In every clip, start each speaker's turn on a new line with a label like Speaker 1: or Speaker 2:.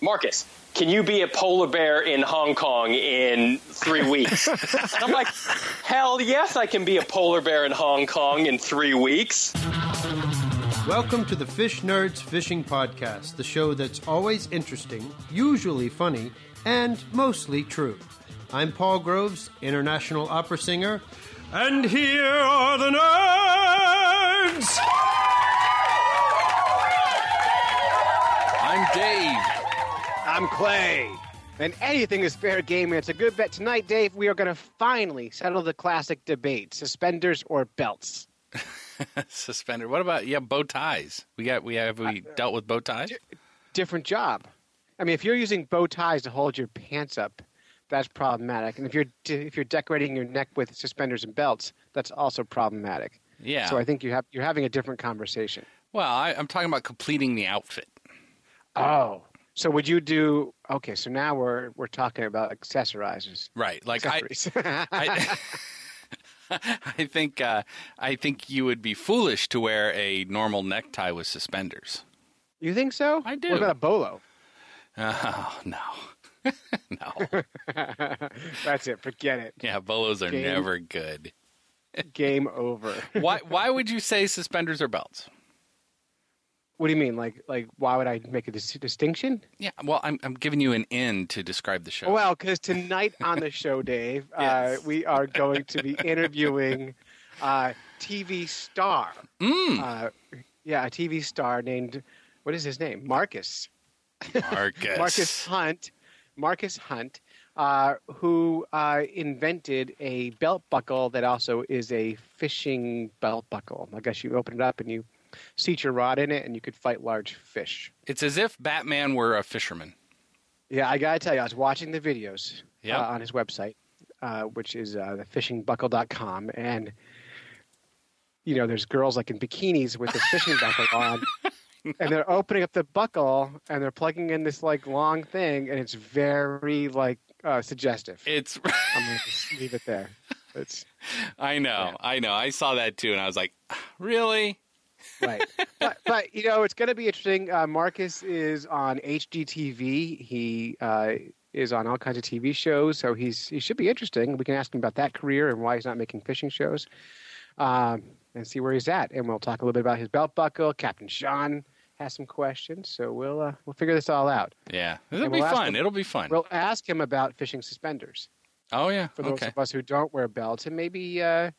Speaker 1: Marcus, can you be a polar bear in Hong Kong in three weeks? and I'm like, hell yes, I can be a polar bear in Hong Kong in three weeks.
Speaker 2: Welcome to the Fish Nerds Fishing Podcast, the show that's always interesting, usually funny, and mostly true. I'm Paul Groves, international opera singer, and here are the nerds!
Speaker 3: I'm Dave.
Speaker 4: I'm Clay. And anything is fair game, and it's a good bet. Tonight, Dave, we are going to finally settle the classic debate suspenders or belts.
Speaker 3: Suspender. What about yeah, bow ties? We got we have we
Speaker 4: uh,
Speaker 3: dealt with bow ties?
Speaker 4: Different job. I mean, if you're using bow ties to hold your pants up, that's problematic. And if you're if you're decorating your neck with suspenders and belts, that's also problematic.
Speaker 3: Yeah.
Speaker 4: So I think you have you're having a different conversation.
Speaker 3: Well, I, I'm talking about completing the outfit.
Speaker 4: Oh. So would you do okay? So now we're we're talking about accessorizers.
Speaker 3: Right. Like I
Speaker 4: Accessories.
Speaker 3: I, I think uh, I think you would be foolish to wear a normal necktie with suspenders.
Speaker 4: you think so?
Speaker 3: I do.
Speaker 4: What about a bolo?
Speaker 3: Oh no. no.
Speaker 4: That's it. Forget it.
Speaker 3: Yeah, bolos are
Speaker 4: Game.
Speaker 3: never good.
Speaker 4: Game over.
Speaker 3: Why why would you say suspenders or belts?
Speaker 4: What do you mean? Like, like, why would I make a dis- distinction?
Speaker 3: Yeah, well, I'm I'm giving you an in to describe the show.
Speaker 4: Well, because tonight on the show, Dave,
Speaker 3: Yes.
Speaker 4: uh, we are going to be interviewing uh, TV star.
Speaker 3: Mm.
Speaker 4: Uh, yeah, a TV star named what is his name? Marcus.
Speaker 3: Marcus.
Speaker 4: Marcus Hunt. Marcus Hunt, uh, who uh, invented a belt buckle that also is a fishing belt buckle. I guess you open it up and you seat your rod in it, and you could fight large fish.
Speaker 3: It's as if Batman were a fisherman.
Speaker 4: Yeah, I gotta tell you, I was watching the videos
Speaker 3: Yeah.
Speaker 4: uh, on his website, uh, which is uh, thefishingbuckle.com, and you know, there's girls like in bikinis with the fishing buckle on, and they're opening up the buckle and they're plugging in this like long thing, and it's very like uh, suggestive.
Speaker 3: It's
Speaker 4: I'm gonna just leave it there. It's
Speaker 3: I know, I know. I saw that too, and I was like, really?
Speaker 4: right, but, but you know, it's gonna be interesting. Uh, Marcus is on HGTV. He uh, is on all kinds of TV shows, so he's he should be interesting. We can ask him about that career and why he's not making fishing shows, um, and see where he's at. And we'll talk a little bit about his belt buckle. Captain Sean has some questions, so we'll uh, we'll figure this all out.
Speaker 3: Yeah, it'll
Speaker 4: And
Speaker 3: be
Speaker 4: we'll ask
Speaker 3: fun.
Speaker 4: him-
Speaker 3: It'll be fun.
Speaker 4: We'll ask him about fishing suspenders
Speaker 3: oh yeah,
Speaker 4: for those
Speaker 3: okay.
Speaker 4: of us who don't wear belts, and maybe uh,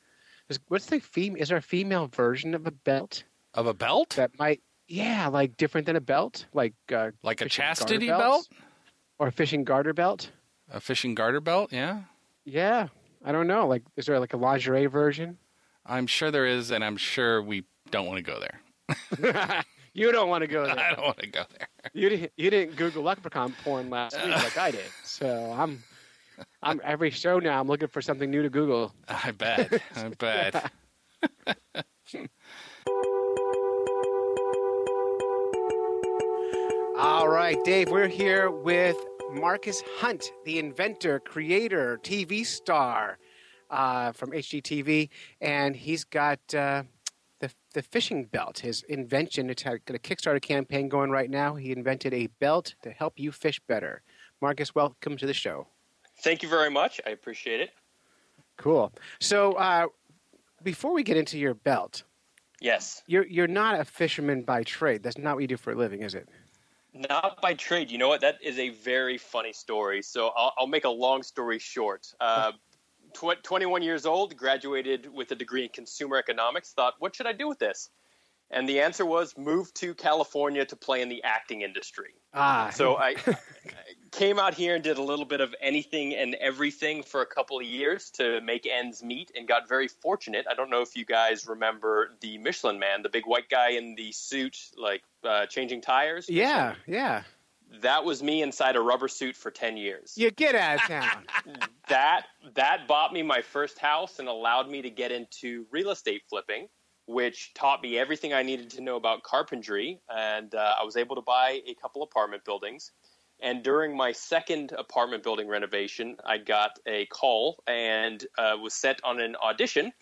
Speaker 4: is, what's the fem- is there a female version of a belt
Speaker 3: Of a belt,
Speaker 4: that might yeah like different than a belt like uh,
Speaker 3: like a
Speaker 4: fishing garter
Speaker 3: chastity
Speaker 4: belts?
Speaker 3: belt,
Speaker 4: or a fishing garter belt.
Speaker 3: a fishing garter belt. Yeah,
Speaker 4: Yeah, I don't know. Like, is there like a lingerie version?
Speaker 3: I'm sure there is, and I'm sure we don't want to go there.
Speaker 4: You don't want to go
Speaker 3: I
Speaker 4: there.
Speaker 3: don't want to go there.
Speaker 4: You didn't. You didn't Google leprechaun porn last week like I did. So I'm. I'm every show now. I'm looking for something new to Google.
Speaker 3: I bet. I bet.
Speaker 4: All right, Dave, we're here with Marcus Hunt, the inventor, creator, TV star uh, from HGTV, and he's got uh, the the fishing belt, his invention. It's had a Kickstarter campaign going right now. He invented a belt to help you fish better. Marcus, welcome to the show.
Speaker 1: Thank you very much. I appreciate it.
Speaker 4: Cool. So, uh, before we get into your belt,
Speaker 1: Yes.
Speaker 4: you're you're not a fisherman by trade. That's not what you do for a living, is it?
Speaker 1: Not by trade. You know what? That is a very funny story. So I'll, I'll make a long story short. Uh, tw- 21 years old, graduated with a degree in consumer economics, thought, what should I do with this? And the answer was move to California to play in the acting industry.
Speaker 4: Ah,
Speaker 1: So I, I came out here and did a little bit of anything and everything for a couple of years to make ends meet and got very fortunate. I don't know if you guys remember the Michelin man, the big white guy in the suit, like uh, changing tires.
Speaker 4: yeah, yeah.
Speaker 1: That was me inside a rubber suit for ten years.
Speaker 4: You get out of town.
Speaker 1: That that bought me my first house and allowed me to get into real estate flipping, which taught me everything I needed to know about carpentry, and uh, I was able to buy a couple apartment buildings. And during my second apartment building renovation, I got a call and uh, was sent on an audition,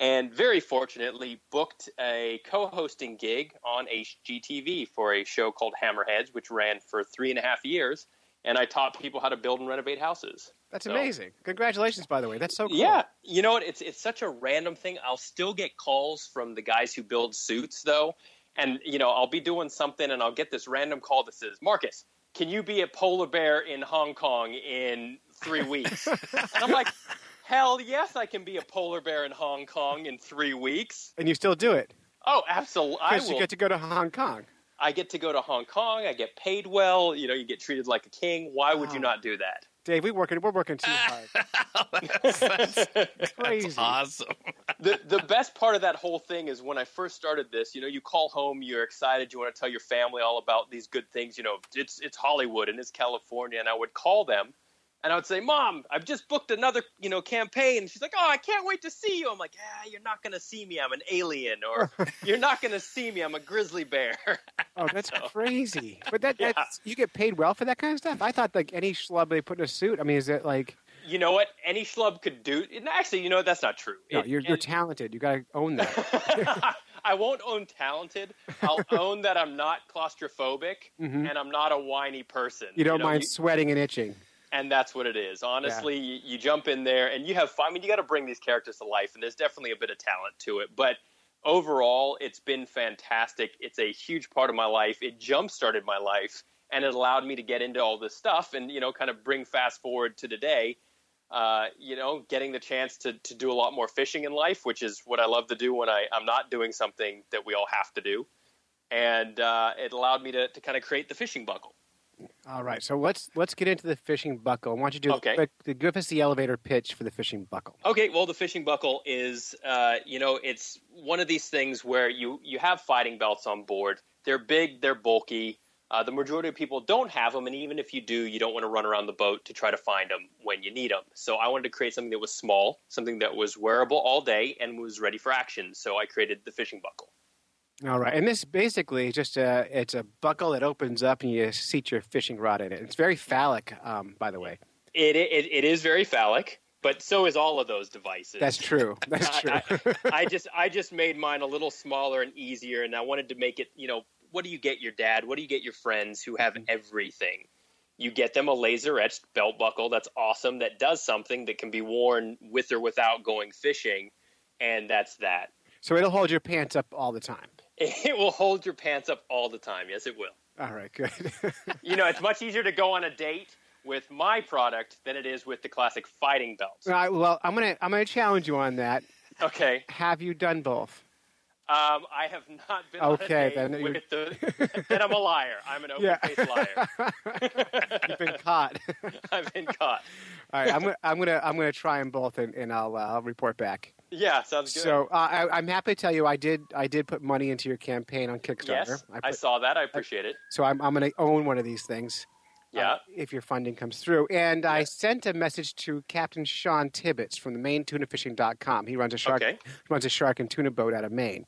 Speaker 1: and very fortunately booked a co-hosting gig on HGTV for a show called Hammerheads, which ran for three and a half years. And I taught people how to build and renovate houses.
Speaker 4: That's
Speaker 1: So-
Speaker 4: amazing. Congratulations, by the way. That's so cool.
Speaker 1: Yeah, you know what? It's it's such a random thing. I'll still get calls from the guys who build suits though, and you know I'll be doing something and I'll get this random call that says, "Marcus, can you be a polar bear in Hong Kong in three weeks?" and I'm like, "Hell yes, I can be a polar bear in Hong Kong in three weeks."
Speaker 4: And you still do it
Speaker 1: Oh, absolutely! I
Speaker 4: because you
Speaker 1: will.
Speaker 4: get to go to Hong Kong.
Speaker 1: I get to go to Hong Kong. I get paid well. You know, you get treated like a king. Why would you
Speaker 4: Wow.
Speaker 1: not do that?
Speaker 4: Dave, we working. We're working too hard. Crazy.
Speaker 3: Awesome.
Speaker 1: the the best part of that whole thing is when I first started this. You know, you call home, you're excited, you want to tell your family all about these good things. You know, it's it's Hollywood and it's California, and I would call them, and I would say, "Mom, I've just booked another you know campaign." And she's like, "Oh, I can't wait to see you." I'm like, "Yeah, you're not gonna see me. I'm an alien, or you're not gonna see me. I'm a grizzly bear."
Speaker 4: Oh, that's crazy. But that,
Speaker 1: Yeah.
Speaker 4: that's you get paid well for that kind of stuff. I thought like any schlub they put in a suit. I mean, is it like
Speaker 1: you know what? Any schlub could do. And actually, you know what? that's not true.
Speaker 4: no,
Speaker 1: It-
Speaker 4: you're you're
Speaker 1: and-
Speaker 4: talented. You got to own that.
Speaker 1: I won't own talented. I'll own that I'm not claustrophobic
Speaker 4: Mhm.
Speaker 1: and I'm not a whiny person.
Speaker 4: You don't
Speaker 1: know,
Speaker 4: mind
Speaker 1: you-
Speaker 4: sweating and itching.
Speaker 1: and that's what it is. Honestly, you, you jump in there and you have fun. I mean, you got to bring these characters to life, and there's definitely a bit of talent to it. But overall, it's been fantastic. It's a huge part of my life. It jump started my life, and it allowed me to get into all this stuff and, you know, kind of bring fast forward to today. Uh, you know, getting the chance to, to do a lot more fishing in life, which is what I love to do when I, I'm not doing something that we all have to do. And uh, it allowed me to, to kind of create the fishing buckle.
Speaker 4: All right, so let's let's get into the fishing buckle. Why don't you do
Speaker 1: Okay.
Speaker 4: the, the, give us the elevator pitch for the fishing buckle?
Speaker 1: Okay, well, the fishing buckle is, uh, you know, it's one of these things where you you have fighting belts on board. They're big, they're bulky. Uh, the majority of people don't have them, and even if you do, you don't want to run around the boat to try to find them when you need them. So I wanted to create something that was small, something that was wearable all day, and was ready for action. So I created the fishing buckle.
Speaker 4: All right, and this basically is just a it's a buckle that opens up and you seat your fishing rod in it. It's very phallic, um, by the way.
Speaker 1: It, it it is very phallic, but so is all of those devices.
Speaker 4: That's true. That's true.
Speaker 1: I, I- I just I just made mine a little smaller and easier, and I wanted to make it. You know, what do you get your dad? What do you get your friends who have everything? You get them a laser etched belt buckle that's awesome that does something that can be worn with or without going fishing, and that's that.
Speaker 4: so it'll hold your pants up all the time.
Speaker 1: It will hold your pants up all the time. Yes, it will.
Speaker 4: All right, good.
Speaker 1: You know, it's much easier to go on a date with my product than it is with the classic fighting belt.
Speaker 4: all right, well, I'm gonna I'm gonna challenge you on that.
Speaker 1: Okay.
Speaker 4: Have you done both?
Speaker 1: Um, I have not been
Speaker 4: Okay,
Speaker 1: on a
Speaker 4: then
Speaker 1: date
Speaker 4: you're-
Speaker 1: with the. then I'm a liar. I'm an
Speaker 4: Yeah.
Speaker 1: open-faced liar.
Speaker 4: You've been caught. all
Speaker 1: I've been caught.
Speaker 4: right, I'm gonna I'm gonna I'm gonna try them both and, and I'll uh, I'll report back.
Speaker 1: Yeah, sounds good.
Speaker 4: So uh, I, I'm happy to tell you I did I did put money into your campaign on Kickstarter.
Speaker 1: yes, I,
Speaker 4: put-
Speaker 1: saw that. I appreciate it.
Speaker 4: So I'm, I'm going to own one of these things.
Speaker 1: Yeah.
Speaker 4: uh, if your funding comes through. And I sent a message to Captain Sean Tibbets from the MaineTunaFishing.com. He runs a shark
Speaker 1: Okay.
Speaker 4: runs a shark and tuna boat out of Maine.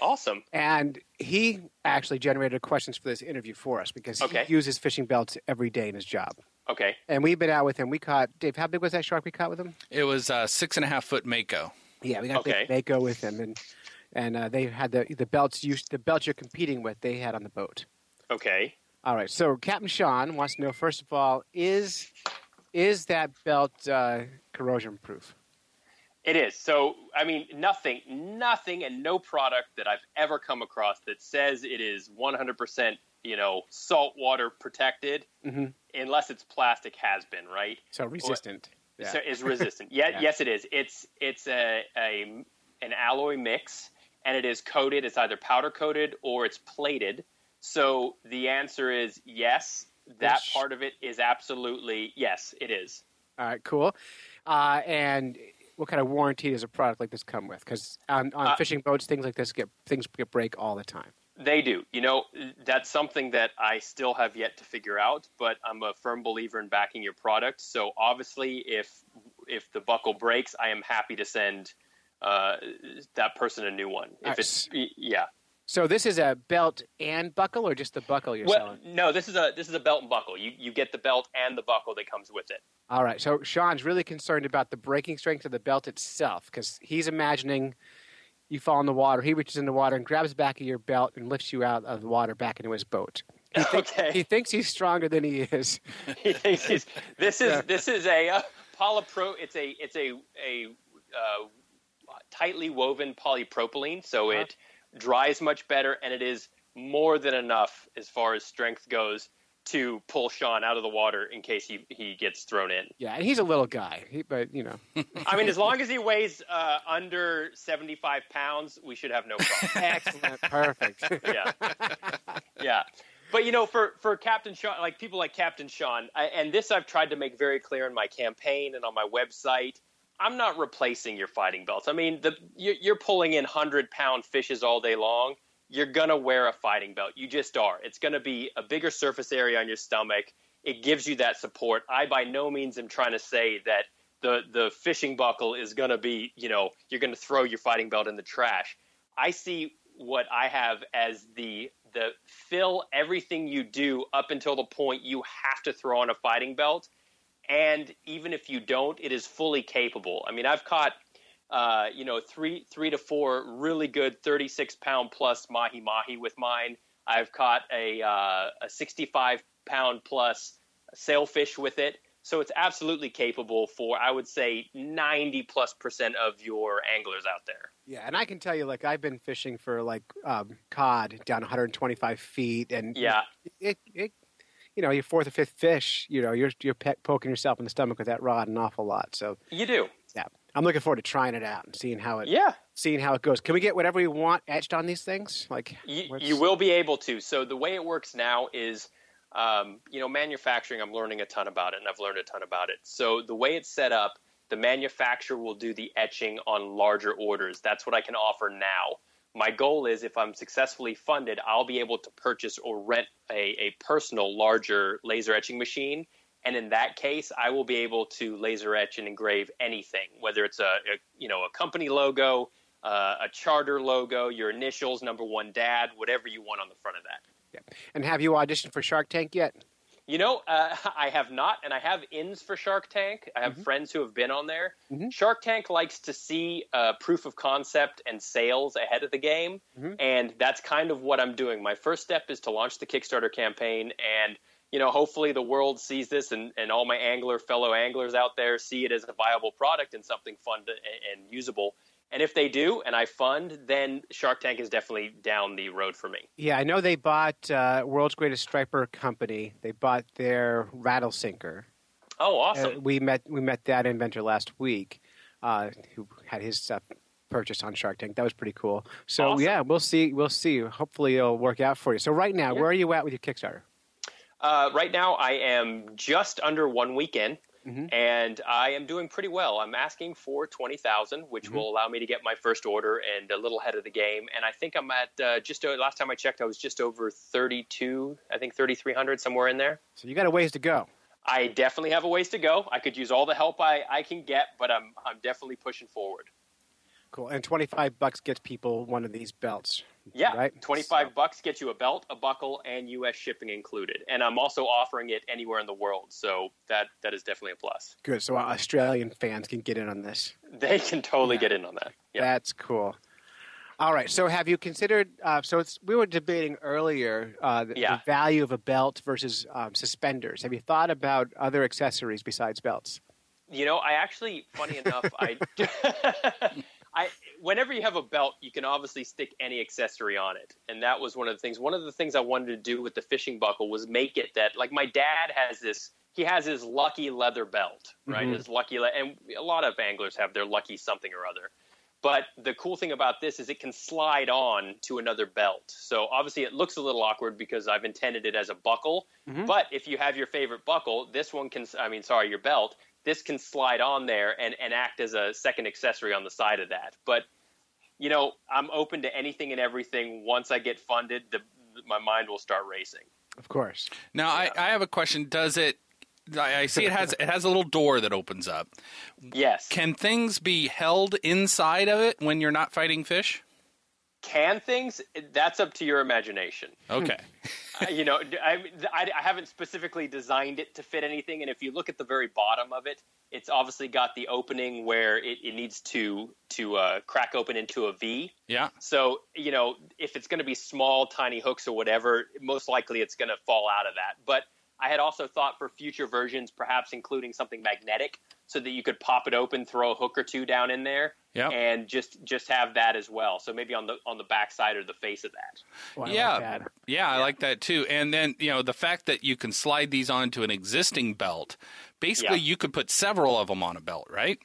Speaker 1: Awesome.
Speaker 4: And he actually generated questions for this interview for us because
Speaker 1: Okay.
Speaker 4: he uses fishing belts every day in his job.
Speaker 1: Okay.
Speaker 4: And we've been out with him. We caught Dave. How big was that shark we caught with him?
Speaker 3: It was uh, six and a half foot mako.
Speaker 4: Yeah, we got
Speaker 1: Okay.
Speaker 4: a big mako with him, and and uh, they had the the belts you the belts you're competing with. They had on the boat.
Speaker 1: Okay.
Speaker 4: All right. So Captain Sean wants to know first of all is is that belt uh, corrosion proof?
Speaker 1: It is. So, I mean, nothing, nothing, and no product that I've ever come across that says it is 100%, you know, saltwater protected,
Speaker 4: Mm-hmm.
Speaker 1: unless it's plastic has been, right?
Speaker 4: So resistant. Yeah.
Speaker 1: so is resistant. Yeah,
Speaker 4: Yeah.
Speaker 1: yes, it is. It's it's a, a an alloy mix, and it is coated. It's either powder coated or it's plated. So the answer is yes. That
Speaker 4: Which-
Speaker 1: part of it is absolutely yes. It is.
Speaker 4: all right. Cool. Uh, and what kind of warranty does a product like this come with? Because on, on
Speaker 1: Uh,
Speaker 4: fishing boats, things like this get things get break all the time.
Speaker 1: They do. You know, that's something that I still have yet to figure out, but I'm a firm believer in backing your product. So obviously, if if the buckle breaks, I am happy to send uh, that person a new one. If
Speaker 4: Nice.
Speaker 1: it's yeah.
Speaker 4: So this is a belt and buckle, or just the buckle you're
Speaker 1: Well,
Speaker 4: selling?
Speaker 1: no, this is a this is a belt and buckle. You you get the belt and the buckle that comes with it.
Speaker 4: All right. So Sean's really concerned about the breaking strength of the belt itself because he's imagining you fall in the water. He reaches in the water and grabs the back of your belt and lifts you out of the water back into his boat.
Speaker 1: okay.
Speaker 4: He thinks he's stronger than he is.
Speaker 1: he thinks he's this is this is a uh, polypro. It's a it's a a uh, tightly woven polypropylene, so
Speaker 4: Uh-huh.
Speaker 1: it dries much better, and it is more than enough as far as strength goes to pull Sean out of the water in case he he gets thrown in.
Speaker 4: Yeah, and he's a little guy, he, but you know.
Speaker 1: I mean, as long as he weighs uh, under seventy five pounds, we should have no problem.
Speaker 4: Excellent. Perfect.
Speaker 1: yeah, yeah. But you know, for for Captain Sean, like people like Captain Sean, I, and this I've tried to make very clear in my campaign and on my website. I'm not replacing your fighting belts. I mean, the you- you're pulling in hundred pound fishes all day long. You're gonna wear a fighting belt. You just are. It's gonna be a bigger surface area on your stomach. It gives you that support. I by no means am trying to say that the the fishing buckle is gonna be. You know, you're gonna throw your fighting belt in the trash. I see what I have as the the fill everything you do up until the point you have to throw on a fighting belt, and even if you don't, it is fully capable. I mean, I've caught uh, you know three three to four really good thirty six pound plus mahi mahi with mine. I've caught a uh, a sixty five pound plus sailfish with it. So it's absolutely capable for I would say ninety plus percent of your anglers out there.
Speaker 4: Yeah, and I can tell you, like I've been fishing for like um, cod down 125 feet, and
Speaker 1: Yeah.
Speaker 4: it, it, you know, your fourth or fifth fish, you know, you're you're pe- poking yourself in the stomach with that rod an awful lot. So
Speaker 1: You do.
Speaker 4: yeah, I'm looking forward to trying it out and seeing how it,
Speaker 1: Yeah.
Speaker 4: seeing how it goes. Can we get whatever we want etched on these things? Like
Speaker 1: you,
Speaker 4: what's-
Speaker 1: you will be able to. So the way it works now is, um, you know, manufacturing. I'm learning a ton about it, and I've learned a ton about it. So the way it's set up, the manufacturer will do the etching on larger orders. That's what I can offer now. My goal is, if I'm successfully funded, I'll be able to purchase or rent a, a personal larger laser etching machine. And in that case, I will be able to laser etch and engrave anything, whether it's a, a you know a company logo, uh, a charter logo, your initials, number one dad, whatever you want on the front of that.
Speaker 4: And have you auditioned for Shark Tank yet?
Speaker 1: You know, uh, I have not, and I have ins for Shark Tank. I have friends who have been on there.
Speaker 4: Mhm.
Speaker 1: Shark Tank likes to see uh, proof of concept and sales ahead of the game,
Speaker 4: Mhm.
Speaker 1: and that's kind of what I'm doing. My first step is to launch the Kickstarter campaign, and you know, hopefully the world sees this, and, and all my angler fellow anglers out there see it as a viable product and something fun to, and, and usable. And if they do, and I fund, then Shark Tank is definitely down the road for me.
Speaker 4: Yeah, I know they bought uh, World's Greatest Striper Company. They bought their rattle sinker.
Speaker 1: Oh,
Speaker 4: Uh,
Speaker 1: awesome!
Speaker 4: we met we met that inventor last week, uh, who had his stuff purchased on Shark Tank. That was pretty cool. So
Speaker 1: Awesome.
Speaker 4: yeah, we'll see. We'll see. Hopefully it'll work out for you. So right now,
Speaker 1: Yeah.
Speaker 4: where are you at with your Kickstarter?
Speaker 1: Uh, right now, I am just under one weekend,
Speaker 4: Mhm.
Speaker 1: and I am doing pretty well. I'm asking for twenty thousand, which
Speaker 4: Mhm.
Speaker 1: will allow me to get my first order and a little ahead of the game. And I think I'm at uh, just uh, last time I checked, I was just over thirty-two. I think thirty-three hundred somewhere in there.
Speaker 4: So you got a ways to go.
Speaker 1: I definitely have a ways to go. I could use all the help I, I can get, but I'm I'm definitely pushing forward.
Speaker 4: Cool. And twenty five bucks gets people one of these belts.
Speaker 1: Yeah,
Speaker 4: Right,
Speaker 1: twenty-five
Speaker 4: so-
Speaker 1: bucks gets you a belt, a buckle, and U.S. shipping included. And I'm also offering it anywhere in the world, so that that is definitely a plus.
Speaker 4: Good. So Australian fans can get in on this.
Speaker 1: They can totally get in on that. Yeah.
Speaker 4: That's cool. All right. So have you considered? Uh, so it's, we were debating earlier uh, the,
Speaker 1: Yeah.
Speaker 4: the value of a belt versus um, suspenders. Have you thought about other accessories besides belts?
Speaker 1: You know, I actually, funny enough, I, I, whenever you have a belt, you can obviously stick any accessory on it, and that was one of the things. One of the things I wanted to do with the fishing buckle was make it that, like, my dad has this. He has his lucky leather belt, right?
Speaker 5: Mm-hmm.
Speaker 4: Mhm.
Speaker 1: His lucky, le- and a lot of anglers have their lucky something or other. But the cool thing about this is it can slide on to another belt. So obviously it looks a little awkward because I've intended it as a buckle.
Speaker 4: Mhm.
Speaker 1: But if you have your favorite buckle, this one can, I mean, sorry, your belt, this can slide on there and, and act as a second accessory on the side of that. But you know, I'm open to anything and everything. Once I get funded, the, my mind will start racing.
Speaker 4: Of course.
Speaker 3: Now, I, I have a question. Does it? I, I see it has it has a little door that opens up.
Speaker 1: Yes.
Speaker 3: Can things be held inside of it when you're not fighting fish?
Speaker 1: Can things? That's up to your imagination.
Speaker 4: Hmm.
Speaker 3: Okay.
Speaker 1: Uh, you know, I, I, I haven't specifically designed it to fit anything. And if you look at the very bottom of it, it's obviously got the opening where it, it needs to to uh, crack open into a V.
Speaker 3: Yeah.
Speaker 1: So you know, if it's going to be small, tiny hooks or whatever, most likely it's going to fall out of that. But I had also thought for future versions, perhaps including something magnetic, so that you could pop it open, throw a hook or two down in there,
Speaker 3: Yeah.
Speaker 1: and just just have that as well. So maybe on the on the back side or the face of that.
Speaker 4: Well, I like
Speaker 3: yeah.
Speaker 4: that.
Speaker 3: Yeah, I like that too. And then, you know, the fact that you can slide these onto an existing belt, basically,
Speaker 1: Yeah.
Speaker 3: you could put several of them on a belt, right?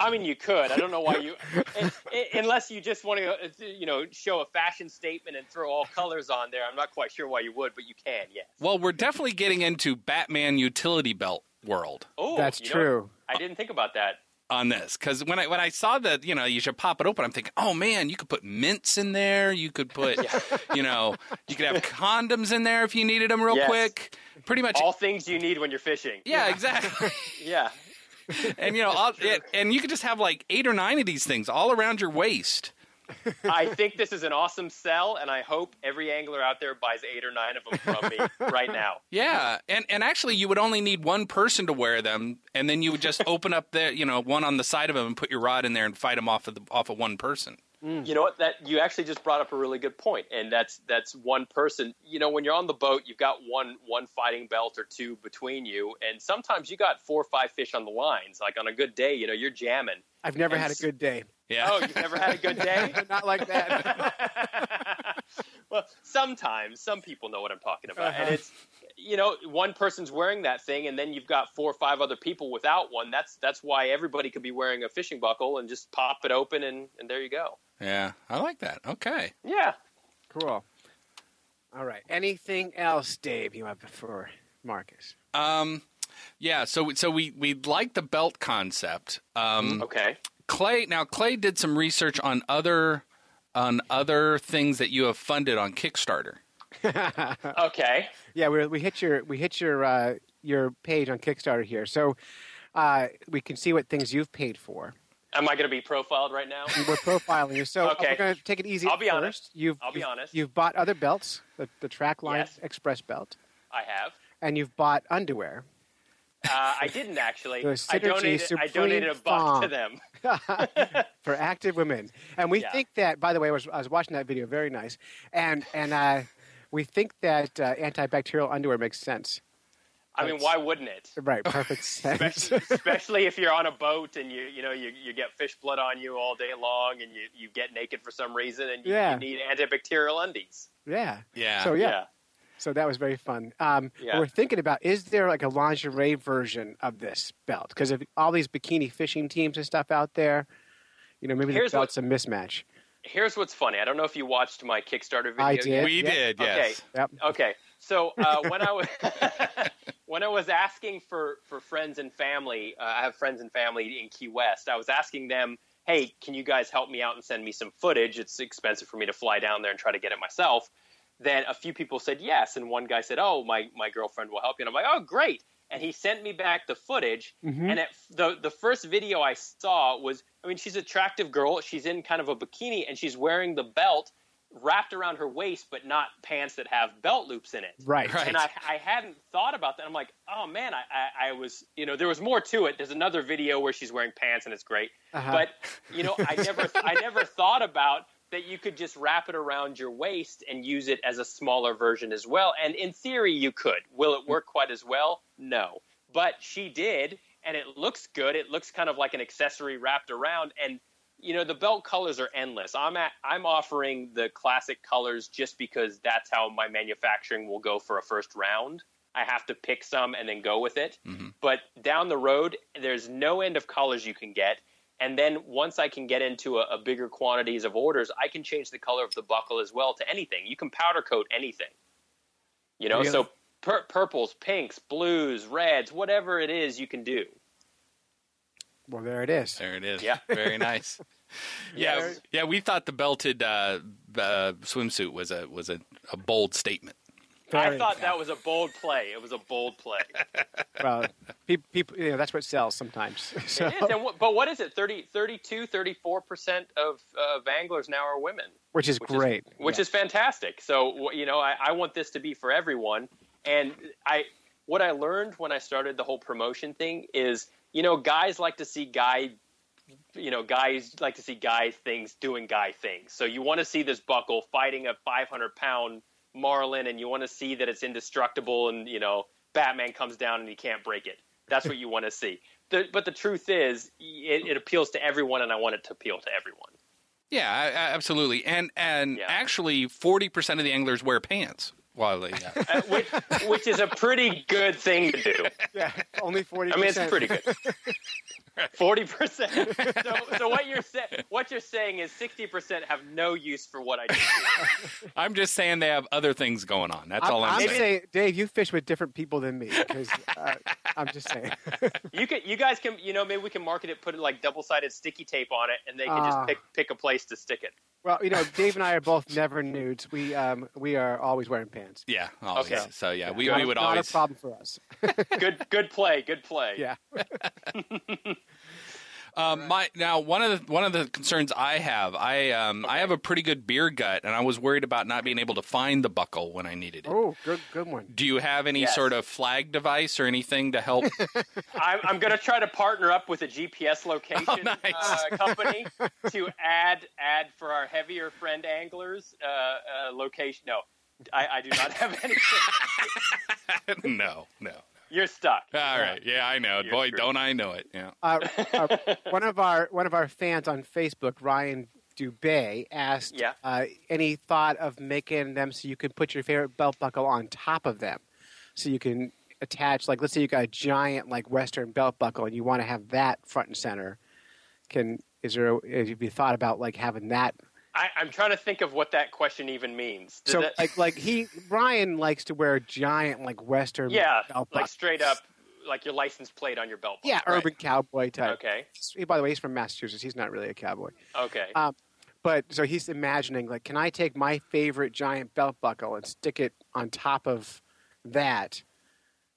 Speaker 1: I mean, you could. I don't know why you, un- un- unless you just want to, uh, you know, show a fashion statement and throw all colors on there. I'm not quite sure why you would, but you can. Yes.
Speaker 3: Well, we're definitely getting into Batman utility belt world
Speaker 1: Oh,
Speaker 4: That's
Speaker 1: you know,
Speaker 4: true.
Speaker 1: I didn't think about that.
Speaker 3: on this because when I when I saw that, you know, you should pop it open. I'm thinking, oh man, you could put mints in there. You could put, you know, you could have condoms in there if you needed them real
Speaker 1: Yes.
Speaker 3: quick. Pretty much.
Speaker 1: All things you need when you're fishing.
Speaker 3: yeah, exactly.
Speaker 1: Yeah.
Speaker 3: and you know, all, and you could just have like eight or nine of these things all around your waist.
Speaker 1: I think this is an awesome sell, and I hope every angler out there buys eight or nine of them from me right now.
Speaker 3: Yeah, and and actually, you would only need one person to wear them, and then you would just open up the you know one on the side of them and put your rod in there and fight them off of the, off of one person.
Speaker 1: You know what? That you actually just brought up a really good point, and that's that's one person. You know, when you're on the boat, you've got one one fighting belt or two between you, and sometimes you got four or five fish on the lines. Like on a good day, you know, you're jamming.
Speaker 4: I've never
Speaker 1: And
Speaker 4: had a
Speaker 1: s-
Speaker 4: good day.
Speaker 3: Yeah.
Speaker 1: Oh, you've never had a good day?
Speaker 4: Not like that.
Speaker 1: well, sometimes some people know what I'm talking about, and it's you know one person's wearing that thing, and then you've got four or five other people without one. That's that's why everybody could be wearing a fishing buckle and just pop it open, and and there you go.
Speaker 3: yeah, I like that. Okay.
Speaker 1: Yeah.
Speaker 4: cool. All right. Anything else, Dave? You have for Marcus?
Speaker 3: Um, yeah. So so we we like the belt concept. Um,
Speaker 1: Okay.
Speaker 3: Clay. Now Clay did some research on other on other things that you have funded on Kickstarter.
Speaker 1: Okay.
Speaker 4: Yeah, we we hit your we hit your uh, your page on Kickstarter here, so uh, we can see what things you've paid for.
Speaker 1: Am I going to be profiled right now?
Speaker 4: We're profiling you, so uh,
Speaker 1: Okay.
Speaker 4: we're going to take it easy.
Speaker 1: I'll be
Speaker 4: first.
Speaker 1: honest.
Speaker 4: You've,
Speaker 1: I'll be
Speaker 4: you've-
Speaker 1: honest.
Speaker 4: You've bought other belts, the, the Trackline
Speaker 1: Yes.
Speaker 4: Express belt,
Speaker 1: I have.
Speaker 4: and you've bought underwear.
Speaker 1: Uh, I didn't actually.
Speaker 4: It was
Speaker 1: I
Speaker 4: Synergy
Speaker 1: donated. I
Speaker 4: Supreme
Speaker 1: donated a buck to
Speaker 4: Farm.
Speaker 1: them.
Speaker 4: for active women. And we
Speaker 1: Yeah.
Speaker 4: think that, by the way, I was, I was watching that video, very nice. And and uh, we think that uh, antibacterial underwear makes sense.
Speaker 1: I mean, why wouldn't it?
Speaker 4: Right, perfect sense.
Speaker 1: especially if you're on a boat and you you know you, you get fish blood on you all day long and you, you get naked for some reason and you,
Speaker 4: Yeah.
Speaker 1: you need antibacterial undies.
Speaker 4: yeah.
Speaker 3: Yeah.
Speaker 4: So yeah. So that was very fun. Um,
Speaker 1: Yeah.
Speaker 4: We're thinking about is there like a lingerie version of this belt? Because of all these bikini fishing teams and stuff out there, you know, maybe
Speaker 1: Here's
Speaker 4: the
Speaker 1: what-
Speaker 4: belt's a mismatch.
Speaker 1: Here's what's funny. I don't know if you watched my Kickstarter video.
Speaker 4: I did.
Speaker 3: we
Speaker 4: yeah.
Speaker 3: did.
Speaker 1: Okay.
Speaker 3: Yes.
Speaker 4: Yep.
Speaker 1: Okay. So uh, when I was when I was asking for for friends and family, uh, I have friends and family in Key West. I was asking them, "Hey, can you guys help me out and send me some footage? It's expensive for me to fly down there and try to get it myself." Then a few people said yes, and one guy said, "Oh, my my girlfriend will help you." And I'm like, "Oh, great!" And he sent me back the footage.
Speaker 5: Mm-hmm.
Speaker 1: And at f- the the first video I saw was, I mean, she's an attractive girl. She's in kind of a bikini, and she's wearing the belt wrapped around her waist, but not pants that have belt loops in it.
Speaker 4: Right.
Speaker 3: Right.
Speaker 1: And I, I hadn't thought about that. I'm like, oh man, I, I, I was, you know, there was more to it. There's another video where she's wearing pants and it's great.
Speaker 4: Uh-huh.
Speaker 1: But you know, I never, I never thought about that you could just wrap it around your waist and use it as a smaller version as well. And in theory, you could. Will it work quite as well? No. But she did, and it looks good. It looks kind of like an accessory wrapped around and you know the belt colors are endless. I'm at, I'm offering the classic colors just because that's how my manufacturing will go for a first round. I have to pick some and then go with it. But down the road, there's no end of colors you can get. And then once I can get into a, a bigger quantities of orders, I can change the color of the buckle as well to anything. You can powder coat anything. You know,
Speaker 4: Really?
Speaker 1: so pur- purples, pinks, blues, reds, whatever it is, you can do.
Speaker 4: Well, there it is.
Speaker 3: There it is.
Speaker 1: Yeah.
Speaker 3: Very nice. yeah, yeah. We thought the belted uh, uh, swimsuit was a was a, a bold statement.
Speaker 1: I thought that was a bold play. It was a bold play.
Speaker 4: well, people, people, you know, that's what sells sometimes. So,
Speaker 1: It is, and what, but what is it? 30, 32, 34% of, uh, of anglers now are women,
Speaker 4: which is great.
Speaker 1: which is fantastic. So, wh- you know, I, I want this to be for everyone. And I, what I learned when I started the whole promotion thing is, you know, guys like to see guy, you know, guys like to see guy things doing guy things. So you want to see this buckle fighting a 500 pound Marlin and you want to see that it's indestructible and, you know, Batman comes down and he can't break it. That's what you want to see. The, but the truth is, it, it appeals to everyone, and I want it to appeal to everyone.
Speaker 3: Yeah, I, I- absolutely. And and
Speaker 1: Yeah.
Speaker 3: actually, forty percent of the anglers wear pants while they.
Speaker 1: Uh, which, which is a pretty good thing to do.
Speaker 4: yeah, only forty.
Speaker 1: I mean, it's pretty good. Forty percent. So, so what you're sa- what you're saying is sixty percent have no use for what I do.
Speaker 3: I'm just saying they have other things going on. That's all I'm,
Speaker 4: I'm
Speaker 3: saying.
Speaker 4: saying, Dave, you fish with different people than me. 'cause, uh, I'm just saying.
Speaker 1: You can, you guys can, you know, maybe we can market it, put it like double sided sticky tape on it, and they can
Speaker 4: Ah.
Speaker 1: just pick pick a place to stick it.
Speaker 4: Well, you know, Dave and I are both never nudes. We um, we are always wearing pants.
Speaker 3: Yeah. Always.
Speaker 1: Okay.
Speaker 3: So yeah, we,
Speaker 4: not,
Speaker 3: we would
Speaker 4: not
Speaker 3: always.
Speaker 4: a problem for us.
Speaker 1: Good good play, good play.
Speaker 4: yeah.
Speaker 3: Um, my now one of the one of the concerns I have I um, I have a pretty good beer gut and I was worried about not being able to find the buckle when I needed it.
Speaker 4: Oh, good good one.
Speaker 3: Do you have any
Speaker 1: Yes.
Speaker 3: sort of flag device or anything to help?
Speaker 1: I'm, I'm going to try to partner up with a GPS location
Speaker 3: Oh, nice.
Speaker 1: uh, company to add add for our heavier friend anglers uh, uh, location. No, I, I do not have anything.
Speaker 3: no, no.
Speaker 1: You're stuck.
Speaker 3: All right. Yeah, I know.
Speaker 1: You're
Speaker 3: Boy,
Speaker 1: screwed.
Speaker 3: don't I know it. Yeah.
Speaker 4: Uh, uh, one of our one of our fans on Facebook, Ryan Dubay, asked
Speaker 1: Yeah.
Speaker 4: uh, any thought of making them so you can put your favorite belt buckle on top of them, so you can attach like let's say you got a giant like Western belt buckle and you want to have that front and center. Can is there have you thought about like having that
Speaker 1: I, I'm trying to think of what that question even means. Does
Speaker 4: So
Speaker 1: that-
Speaker 4: like like he Ryan likes to wear giant like Western
Speaker 1: yeah,
Speaker 4: belt
Speaker 1: like
Speaker 4: buckle.
Speaker 1: straight up, like your license plate on your belt. buckle.
Speaker 4: yeah urban cowboy type.
Speaker 1: Okay.
Speaker 4: He, by the way, he's from Massachusetts. He's not really a cowboy,
Speaker 1: Okay.
Speaker 4: um, but so he's imagining like, can I take my favorite giant belt buckle and stick it on top of that?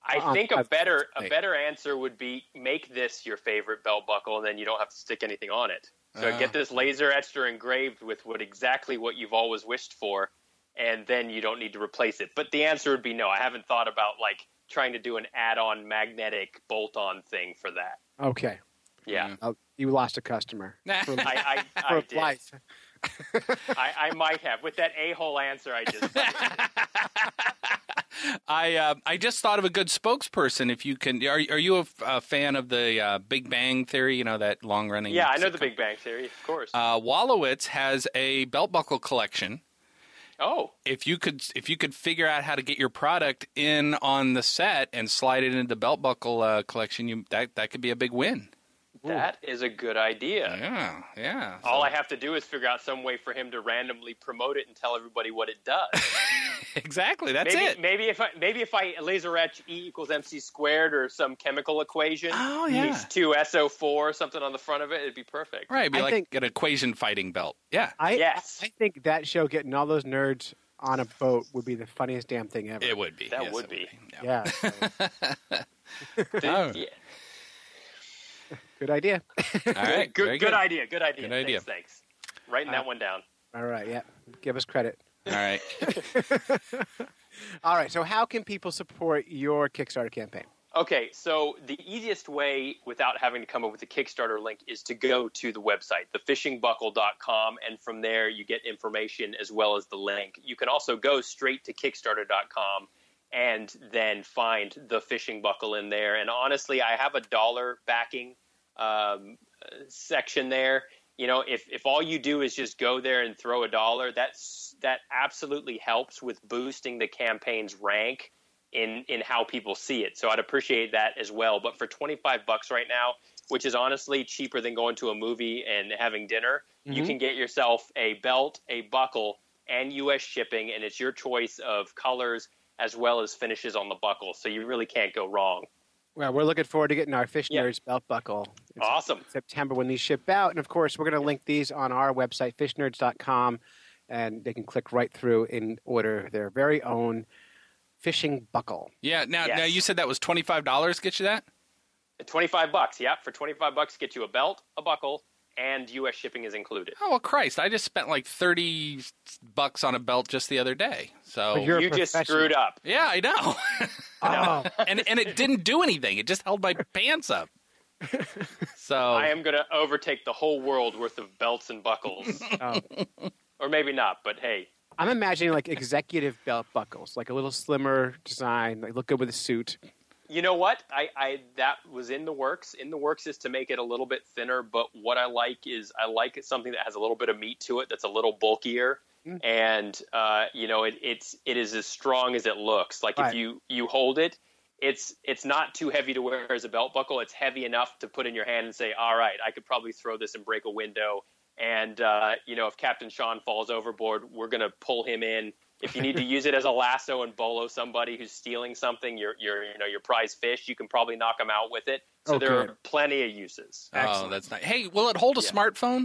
Speaker 1: I
Speaker 4: um,
Speaker 1: think a
Speaker 4: I've-
Speaker 1: better a
Speaker 4: wait.
Speaker 1: better answer would be make this your favorite belt buckle, and then you don't have to stick anything on it. So
Speaker 3: Ah.
Speaker 1: get this laser etched or engraved with what exactly what you've always wished for, and then you don't need to replace it. But the answer would be no. I haven't thought about like trying to do an add-on magnetic bolt-on thing for that.
Speaker 4: Okay,
Speaker 1: Yeah,
Speaker 3: Yeah.
Speaker 4: uh, you lost a customer for, for
Speaker 1: I I, I did. I,
Speaker 4: life.
Speaker 1: I might have with that a-hole answer I just.
Speaker 3: I uh, I just thought of a good spokesperson. If you can, are are you a, f- a fan of the uh, Big Bang Theory? You know that long running.
Speaker 1: Yeah, I know the Big Bang Theory, of course.
Speaker 3: Uh, Wallowitz has a belt buckle collection.
Speaker 1: oh,
Speaker 3: If you could, if you could figure out how to get your product in on the set and slide it into the belt buckle uh, collection, you that that could be a big win.
Speaker 1: that is a good idea.
Speaker 3: Yeah, yeah.
Speaker 1: All I have to do is figure out some way for him to randomly promote it and tell everybody what it does.
Speaker 3: exactly. That's
Speaker 1: maybe,
Speaker 3: it.
Speaker 1: maybe if I maybe if I laser etch E equals MC squared or some chemical equation,
Speaker 3: Oh, yeah.
Speaker 1: H two SO four something on the front of it, it'd be perfect.
Speaker 3: Right, it'd be
Speaker 4: I
Speaker 3: like
Speaker 4: think-
Speaker 3: an equation fighting belt. Yeah,
Speaker 4: I
Speaker 1: Yes.
Speaker 4: I think that show getting all those nerds on a boat would be the funniest damn thing ever.
Speaker 3: it would be.
Speaker 1: That
Speaker 3: Yes,
Speaker 1: would
Speaker 3: it
Speaker 1: be.
Speaker 3: Yeah.
Speaker 4: Yeah,
Speaker 3: Oh.
Speaker 1: Yeah.
Speaker 4: good idea.
Speaker 3: All right.
Speaker 1: Good,
Speaker 3: very
Speaker 1: good idea. Good idea.
Speaker 3: Good idea. Uh,
Speaker 1: Thanks. thanks. Writing that one down.
Speaker 4: All right, yeah, give us credit.
Speaker 3: All right.
Speaker 4: All right, so how can people support your Kickstarter campaign?
Speaker 1: Okay, so the easiest way without having to come up with a Kickstarter link is to go to the website, thefishingbuckle.com, and from there you get information as well as the link. You can also go straight to kickstarter.com and then find the fishing buckle in there. And honestly, I have a dollar backing um, uh, section there. You know, if, if all you do is just go there and throw a dollar, that's that absolutely helps with boosting the campaign's rank in in how people see it. So I'd appreciate that as well. But for 25 bucks right now, which is honestly cheaper than going to a movie and having dinner, you
Speaker 2: Mm-hmm.
Speaker 1: can get yourself a belt, a buckle, and US shipping and it's your choice of colors as well as finishes on the buckle. So you really can't go wrong.
Speaker 4: Well, we're looking forward to getting our Fish
Speaker 1: Yeah.
Speaker 4: Nerds belt buckle. in
Speaker 1: Awesome.
Speaker 4: September when these ship out. And of course, we're going to link these on our website, fishnerds.com, and they can click right through and order their very own fishing buckle.
Speaker 3: Yeah. Now, now
Speaker 1: Yes.
Speaker 3: you said that was twenty five dollars. Get you that?
Speaker 1: Twenty five bucks. Yeah, for twenty five bucks, get you a belt, a buckle, and U.S. shipping is included.
Speaker 3: Oh well, Christ! I just spent like thirty bucks on a belt just the other day. So
Speaker 4: But you're- a
Speaker 1: you just
Speaker 4: professional.
Speaker 1: screwed up.
Speaker 3: yeah, I know.
Speaker 4: Oh,
Speaker 3: and and it didn't do anything. It just held my pants up. So
Speaker 1: I am going to overtake the whole world worth of belts and buckles,
Speaker 4: oh.
Speaker 1: or maybe not. But hey,
Speaker 4: I'm imagining like executive belt buckles, like a little slimmer design, like look good with a suit.
Speaker 1: You know what? I, I that was in the works. In the works is to make it a little bit thinner, but what I like is I like something that has a little bit of meat to it. That's a little bulkier, and uh, you know it, it's it is as strong as it looks. Like
Speaker 4: Right.
Speaker 1: if you you hold it, it's it's not too heavy to wear as a belt buckle. It's heavy enough to put in your hand and say, "All right, I could probably throw this and break a window." And uh, you know, if Captain Sean falls overboard, we're gonna pull him in. If you need to use it as a lasso and bolo somebody who's stealing something, your your you know your prize fish, you can probably knock them out with it. So
Speaker 4: Oh,
Speaker 1: there
Speaker 4: good.
Speaker 1: are plenty of uses.
Speaker 3: oh, that's nice. Hey, will it hold a
Speaker 1: Yeah.
Speaker 3: smartphone?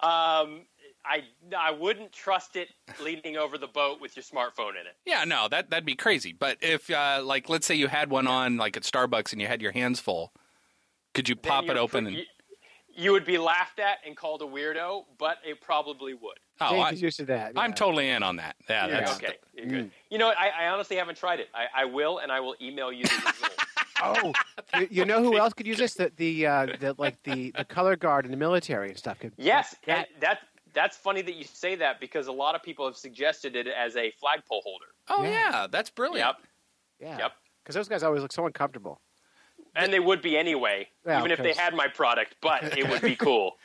Speaker 1: Um, I I wouldn't trust it leaning over the boat with your smartphone in it.
Speaker 3: Yeah, no, that that'd be crazy. But if uh, like let's say you had one on like at Starbucks and you had your hands full, could you
Speaker 1: Then
Speaker 3: pop it
Speaker 1: you're
Speaker 3: open?
Speaker 1: pr-
Speaker 3: and
Speaker 1: You, you would be laughed at and called a weirdo, but it probably would.
Speaker 3: oh,
Speaker 4: Dave
Speaker 3: I,
Speaker 4: is used to that.
Speaker 3: I'm
Speaker 4: yeah.
Speaker 3: totally in on that. Yeah,
Speaker 4: Yeah.
Speaker 3: that's
Speaker 1: Okay, you're good. You know, what? I, I honestly haven't tried it. I, I will, and I will email you the results.
Speaker 4: Oh, you, you know who else could use this? The the, uh, the like the, the color guard in the military and stuff. Could,
Speaker 1: Yes, and
Speaker 4: That-
Speaker 1: that that's funny that you say that because a lot of people have suggested it as a flagpole holder.
Speaker 3: oh yeah.
Speaker 4: Yeah.
Speaker 3: that's brilliant.
Speaker 1: Yep,
Speaker 4: yeah.
Speaker 1: yep.
Speaker 4: Because those guys always look so uncomfortable.
Speaker 1: And they would be anyway,
Speaker 4: Yeah,
Speaker 1: even
Speaker 4: of
Speaker 1: if they
Speaker 4: course.
Speaker 1: had my product. But it would be cool.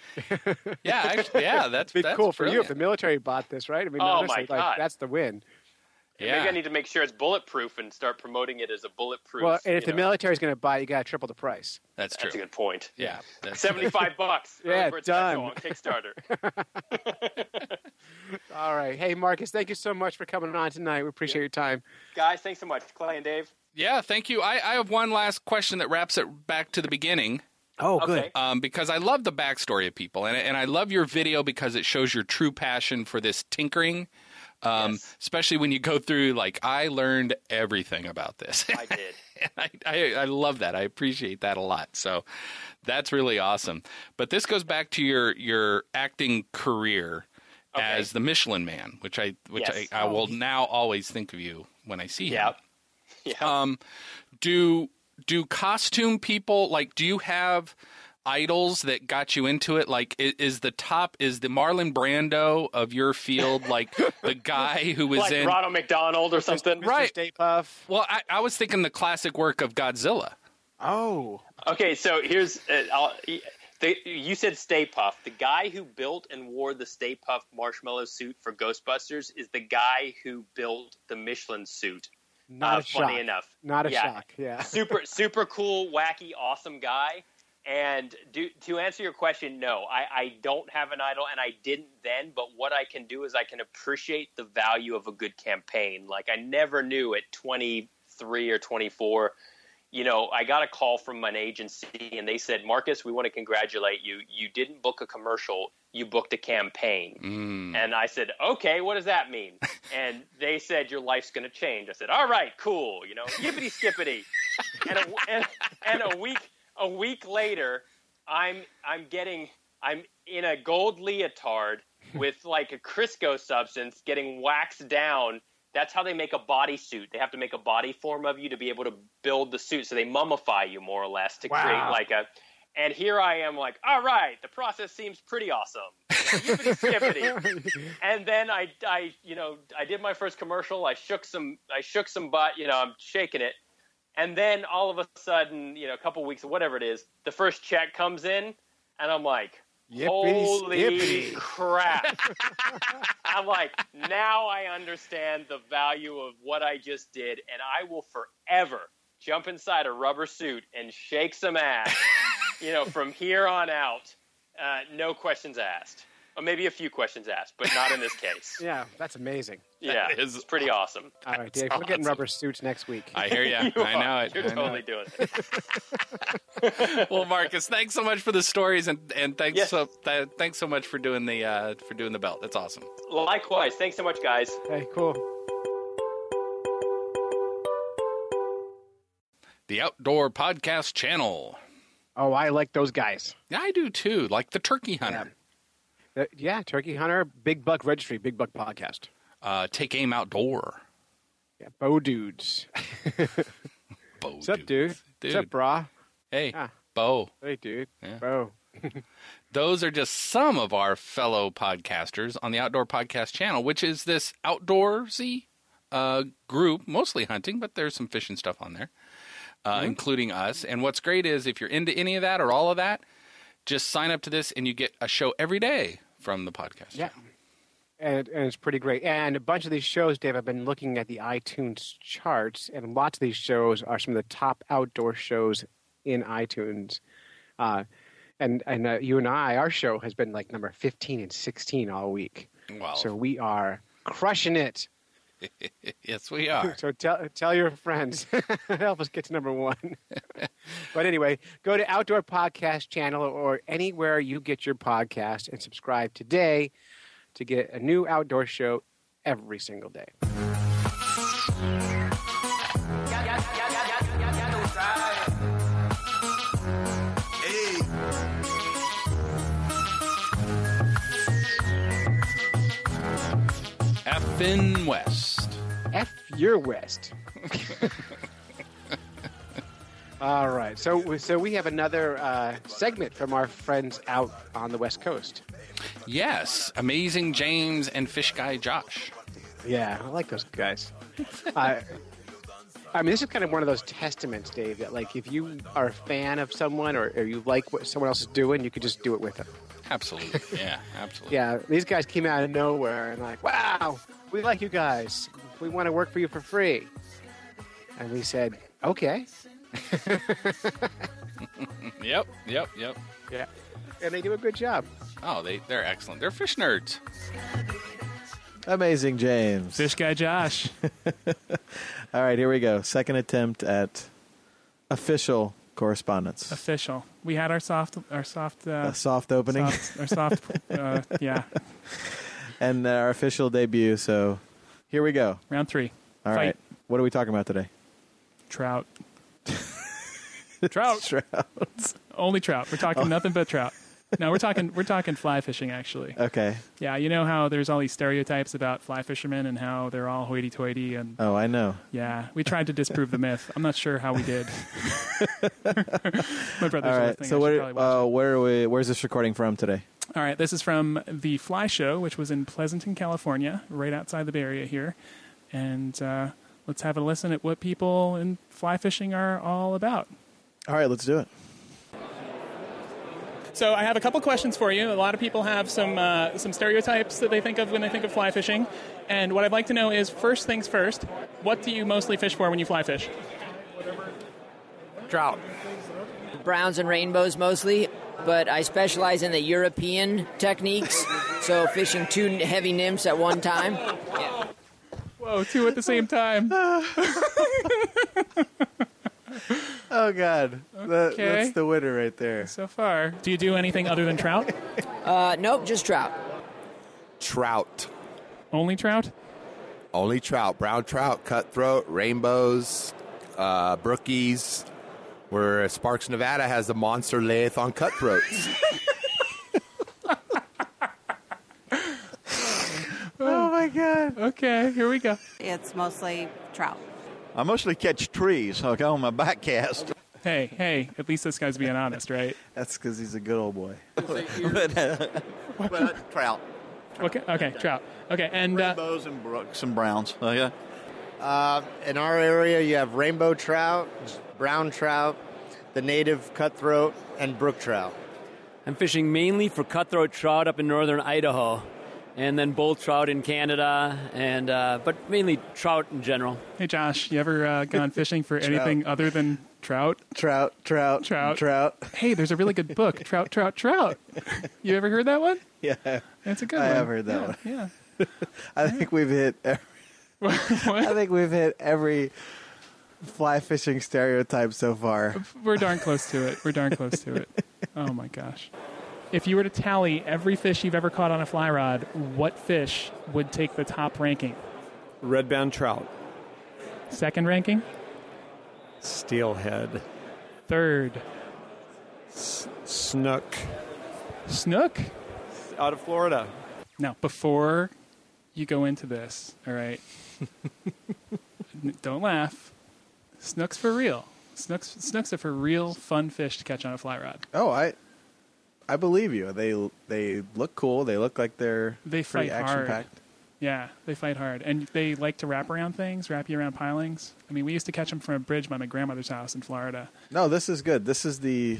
Speaker 3: Yeah, actually, yeah, that's
Speaker 4: It'd be
Speaker 3: that's
Speaker 4: cool for you
Speaker 3: brilliant.
Speaker 4: if the military bought this, right? I mean,
Speaker 1: Oh, my
Speaker 4: honestly, like,
Speaker 1: God.
Speaker 4: that's the win.
Speaker 3: Yeah.
Speaker 1: Maybe I need to make sure it's bulletproof and start promoting it as a bulletproof.
Speaker 4: Well, and if
Speaker 1: you
Speaker 4: the
Speaker 1: know.
Speaker 4: military's going to buy, it, you got to triple the price.
Speaker 3: that's true.
Speaker 1: that's a good point.
Speaker 3: yeah, that's-
Speaker 1: Seventy-five bucks. early
Speaker 4: Yeah,
Speaker 1: bird special
Speaker 4: done.
Speaker 1: on Kickstarter.
Speaker 4: All right. Hey, Marcus, thank you so much for coming on tonight. We appreciate your time.
Speaker 1: Guys, thanks so much, Clay and Dave.
Speaker 3: yeah. Thank you. I, I have one last question that wraps it back to the beginning.
Speaker 4: Oh,
Speaker 1: Okay.
Speaker 3: um, because I love the backstory of people, and and I love your video because it shows your true passion for this tinkering. Um,
Speaker 1: Yes.
Speaker 3: Especially when you go through, like I learned everything about this.
Speaker 1: I did.
Speaker 3: I, I I love that. I appreciate that a lot. So that's really awesome. But this goes back to your your acting career
Speaker 1: Okay.
Speaker 3: as the Michelin Man, which I which
Speaker 1: Yes.
Speaker 3: I, I will now always think of you when I see him.
Speaker 1: Yep. Yep.
Speaker 3: Um, do do costume people like? Do you have idols that got you into it? Like, i- is the top is the Marlon Brando of your field like the guy who was
Speaker 1: Like
Speaker 3: in?
Speaker 1: Ronald McDonald or something.
Speaker 3: Right.
Speaker 4: Stay Puff.
Speaker 3: Well, I, I was thinking the classic work of Godzilla.
Speaker 4: Oh,
Speaker 1: Okay, so here's uh, I'll, the, you said Stay Puff. The guy who built and wore the Stay Puff marshmallow suit for Ghostbusters is the guy who built the Michelin suit.
Speaker 4: not
Speaker 1: Uh,
Speaker 4: a shock.
Speaker 1: funny enough,
Speaker 4: Not a
Speaker 1: Yeah.
Speaker 4: shock. Yeah.
Speaker 1: super super cool, wacky, awesome guy. And do, to answer your question, no, I, I don't have an idol, and I didn't then. But what I can do is I can appreciate the value of a good campaign. Like I never knew at 23 or 24, you know, I got a call from an agency, and they said, Marcus, we want to congratulate you. You didn't book a commercial, you booked a campaign.
Speaker 3: Mm.
Speaker 5: Hmm.
Speaker 1: And I said, okay, what does that mean? And they said, your life's going to change. I said, all right, cool. You know, yippity skippity. and, a, and, and a week a week later, I'm I'm getting I'm in a gold leotard with like a Crisco substance, getting waxed down. That's how they make a bodysuit. They have to make a body form of you to be able to build the suit. So they mummify you more or less to create
Speaker 4: Wow.
Speaker 1: like a. And here I am, like, all right, the process seems pretty awesome. Yippity skippity and then I, I, you know, I did my first commercial. I shook some, I shook some butt. You know, I'm shaking it. And then all of a sudden, you know, a couple weeks, whatever it is, the first check comes in, and I'm like,
Speaker 4: Yippity
Speaker 1: holy
Speaker 4: skippity."
Speaker 1: crap! I'm like, now I understand the value of what I just did, and I will forever jump inside a rubber suit and shake some ass, you know, from here on out, uh, no questions asked. maybe a few questions asked, but not in this case.
Speaker 4: Yeah, that's amazing.
Speaker 1: yeah,
Speaker 3: That is
Speaker 1: it's pretty awesome.
Speaker 4: All right, Dave, we're getting
Speaker 3: awesome.
Speaker 4: rubber suits next week.
Speaker 3: I hear ya.
Speaker 1: You
Speaker 3: I know
Speaker 1: are.
Speaker 3: it.
Speaker 1: You're
Speaker 3: I know
Speaker 1: totally
Speaker 3: it.
Speaker 1: doing it.
Speaker 3: Well, Marcus, thanks so much for the stories, and and thanks
Speaker 1: Yes.
Speaker 3: so th- thanks so much for doing the uh, for doing the belt. That's awesome.
Speaker 1: Likewise. Thanks so much, guys.
Speaker 4: Okay, cool.
Speaker 3: The Outdoor Podcast Channel.
Speaker 4: Oh, I like those guys.
Speaker 3: Yeah, I do too. Like the Turkey Hunter.
Speaker 4: Uh, yeah, Turkey Hunter, Big Buck Registry, Big Buck Podcast.
Speaker 3: Uh, take aim outdoor.
Speaker 4: Yeah, Bo Dudes.
Speaker 3: Bo,
Speaker 4: What's up, dude?
Speaker 3: Dude.
Speaker 4: What's up, brah?
Speaker 3: Hey,
Speaker 4: Ah.
Speaker 3: Bo.
Speaker 4: Hey, dude.
Speaker 3: Yeah.
Speaker 4: Bo.
Speaker 3: Those are just some of our fellow podcasters on the Outdoor Podcast Channel, which is this outdoorsy uh, group, mostly hunting, but there's some fishing stuff on there, uh,
Speaker 4: Mm-hmm.
Speaker 3: including us. And what's great is if you're into any of that or all of that, just sign up to this and you get a show every day from the podcast.
Speaker 4: Yeah. And, and it's pretty great. And a bunch of these shows, Dave, I've been looking at the iTunes charts, and lots of these shows are some of the top outdoor shows in iTunes. Uh, and and uh, you and I, our show has been like number 15 and 16 all week.
Speaker 3: Well,
Speaker 4: So we are crushing it.
Speaker 3: yes, we are.
Speaker 4: So tell tell your friends. Help us get to number one. but anyway, go to Outdoor Podcast Channel or anywhere you get your podcast and subscribe today to get a new outdoor show every single day.
Speaker 3: FN West.
Speaker 4: F your West. All right. So we- so we have another uh, segment from our friends out on the West Coast.
Speaker 3: Yes, Amazing James and Fish Guy Josh.
Speaker 4: Yeah, I like those guys. I, I mean, this is kind of one of those testaments, Dave, that like if you are a fan of someone or, or you like what someone else is doing, you could just do it with them.
Speaker 3: Absolutely. Yeah, absolutely.
Speaker 4: Yeah, these guys came out of nowhere and like, wow, we like you guys. We want to work for you for free. And we said, okay.
Speaker 3: Yep, yep, yep.
Speaker 4: Yeah. And they do a good job.
Speaker 3: Oh, they, they're excellent. They're fish nerds.
Speaker 6: Amazing James.
Speaker 7: Fish guy Josh.
Speaker 6: All right, here we go. Second attempt at official correspondence.
Speaker 7: Official. We had our soft, our soft, uh,
Speaker 6: A soft opening
Speaker 7: soft- our soft. Uh, yeah,
Speaker 6: and our official debut. So here we go.
Speaker 7: round three.
Speaker 6: All right,
Speaker 7: Fight.
Speaker 6: What are we talking about today?
Speaker 7: Trout. trout. Only trout. We're
Speaker 6: Oh.
Speaker 7: talking nothing but trout. No, we're talking we're talking fly fishing actually.
Speaker 6: Okay.
Speaker 7: Yeah, you know how there's all these stereotypes about fly fishermen and how they're all hoity-toity and
Speaker 6: Oh, I know.
Speaker 7: yeah, we tried to disprove the myth. I'm not sure how we did. My brother's
Speaker 6: All right.
Speaker 7: listening.
Speaker 6: So
Speaker 7: I should
Speaker 6: what?
Speaker 7: probably watch
Speaker 6: Uh, where are we? Where's this recording from today?
Speaker 7: All right, this is from the Fly Show, which was in Pleasanton, California, right outside the Bay Area here. And uh, let's have a listen at what people in fly fishing are all about.
Speaker 6: All right, let's do it.
Speaker 7: So I have a couple questions for you. A lot of people have some uh, some stereotypes that they think of when they think of fly fishing, and what I'd like to know is first things first. What do you mostly fish for when you fly fish?
Speaker 5: Trout.
Speaker 8: browns and rainbows mostly, but I specialize in the European techniques, so fishing two heavy nymphs at one time.
Speaker 7: Whoa, two at the same time.
Speaker 6: Oh God, That-
Speaker 7: Okay.
Speaker 6: that's the winner right there.
Speaker 7: So far, do you do anything other than trout?
Speaker 8: Uh, nope, just trout.
Speaker 9: Trout.
Speaker 7: Only trout?
Speaker 9: Only trout. Brown trout, cutthroat, rainbows, uh, brookies. Where Sparks, Nevada has the monster lathe on cutthroats.
Speaker 6: Oh my God.
Speaker 7: Okay, here we go.
Speaker 10: It's mostly trout.
Speaker 11: I mostly catch trees. I go on my back cast.
Speaker 7: Hey, hey, at least this guy's being honest, right?
Speaker 6: That's because he's a good old boy.
Speaker 12: uh,
Speaker 11: But trout,
Speaker 7: Okay, okay, trout. Okay, and uh,
Speaker 11: rainbows and brooks and browns. Oh, yeah.
Speaker 12: Uh, In our area, you have rainbow trout, brown trout, the native cutthroat, and brook trout.
Speaker 5: I'm fishing mainly for cutthroat trout up in northern Idaho, and then bull trout in Canada, and uh, but mainly trout in general.
Speaker 7: hey, Josh, you ever uh, gone fishing for anything other than trout,
Speaker 6: trout, trout,
Speaker 7: trout,
Speaker 6: trout.
Speaker 7: Hey, there's a really good book, Trout, Trout, Trout. You ever heard that one?
Speaker 6: Yeah,
Speaker 7: That's a good
Speaker 6: I
Speaker 7: one.
Speaker 6: have heard that
Speaker 7: Yeah,
Speaker 6: one.
Speaker 7: Yeah.
Speaker 6: I think we've hit. Every, I think we've hit every fly fishing stereotype so far.
Speaker 7: We're darn close to it. We're darn close to it. Oh my gosh. If you were to tally every fish you've ever caught on a fly rod, what fish would take the top ranking?
Speaker 13: Redbound trout,
Speaker 7: Second ranking?
Speaker 13: steelhead,
Speaker 7: Third.
Speaker 13: S- snook,
Speaker 7: Snook?
Speaker 13: out of Florida.
Speaker 7: Now, before you go into this, all right, n- don't laugh. Snook's for real. Snook's, snooks are for real fun fish to catch on a fly rod.
Speaker 6: Oh, I, I believe you. They they look cool. They look like they're
Speaker 7: They
Speaker 6: pretty
Speaker 7: fight hard.
Speaker 6: action packed.
Speaker 7: Yeah, they fight hard, and they like to wrap around things, wrap you around pilings. I mean, we used to catch them from a bridge by my grandmother's house in Florida.
Speaker 6: No, this is good. This is the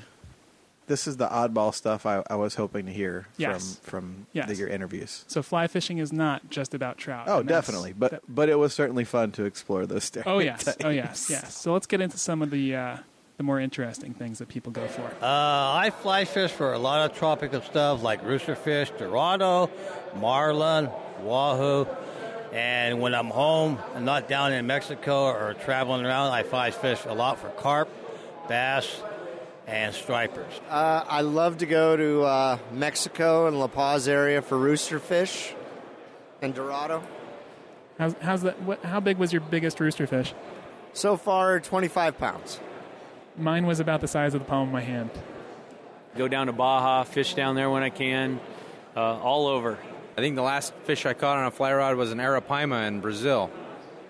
Speaker 6: this is the oddball stuff I, I was hoping to hear
Speaker 7: Yes.
Speaker 6: from from
Speaker 7: Yes. Uh,
Speaker 6: the, your interviews.
Speaker 7: So fly fishing is not just about trout.
Speaker 6: Oh,
Speaker 7: and that's-
Speaker 6: definitely. But but it was certainly fun to explore those
Speaker 7: oh
Speaker 6: stereotypes.
Speaker 7: yes, oh yes, yes. So let's get into some of the uh, the more interesting things that people go for.
Speaker 14: Uh, I fly fish for a lot of tropical stuff like roosterfish, dorado, marlin, wahoo. And when I'm home, I'm not down in Mexico or traveling around, I fly fish a lot for carp, bass, and stripers.
Speaker 12: Uh, I love to go to uh, Mexico and La Paz area for roosterfish and Dorado.
Speaker 7: How's, how's that? What, how big was your biggest rooster fish?
Speaker 12: So far, 25 pounds.
Speaker 7: Mine was about the size of the palm of my hand.
Speaker 15: Go down to Baja, fish down there when I can, uh, all over.
Speaker 16: I think the last fish I caught on a fly rod was an arapaima in Brazil.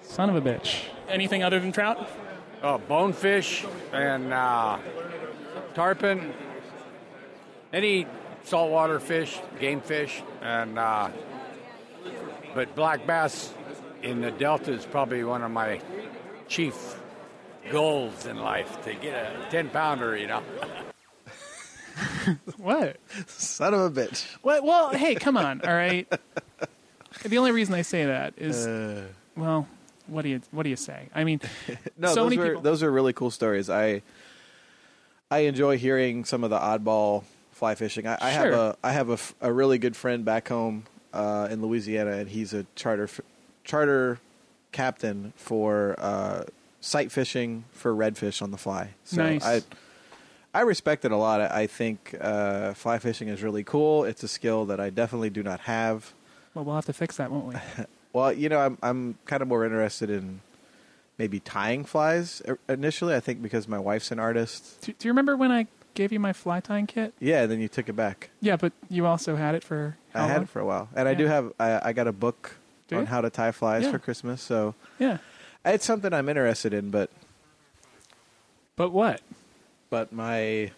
Speaker 7: Son of a bitch. Anything other than trout?
Speaker 17: Oh, bonefish and uh, tarpon, any saltwater fish, game fish, and uh, but black bass in the delta is probably one of my chief goals in life to get a ten pounder. You know,
Speaker 7: What?
Speaker 6: Son of a bitch.
Speaker 7: What? Well, hey, come on, all right. The only reason I say that is,
Speaker 6: Uh.
Speaker 7: well, what do you what do you say? I mean,
Speaker 6: no,
Speaker 7: so
Speaker 6: those
Speaker 7: many
Speaker 6: were
Speaker 7: people.
Speaker 6: those are really cool stories. I I enjoy hearing some of the oddball fly fishing. I, I have
Speaker 7: Sure.
Speaker 6: a I have a f- a, really good friend back home uh, in Louisiana, and he's a charter f- charter captain for uh, sight fishing for redfish on the fly. So
Speaker 7: Nice.
Speaker 6: I I respect it a lot. I, I think uh, fly fishing is really cool. It's a skill that I definitely do not have.
Speaker 7: Well, we'll have to fix that, won't we?
Speaker 6: Well, you know, I'm I'm kind of more interested in maybe tying flies i- initially. I think because my wife's an artist.
Speaker 7: Do, do you remember when I gave you my fly tying kit?
Speaker 6: Yeah, and then you took it back.
Speaker 7: Yeah, but you also had it for how
Speaker 6: I had
Speaker 7: long?
Speaker 6: it for a while, and I do
Speaker 7: Oh, Yeah.
Speaker 6: have. I, I got a book
Speaker 7: Do
Speaker 6: on
Speaker 7: you?
Speaker 6: how to tie flies
Speaker 7: Yeah.
Speaker 6: for Christmas, so
Speaker 7: Yeah.
Speaker 6: it's something I'm interested in. But
Speaker 7: but what?
Speaker 6: But my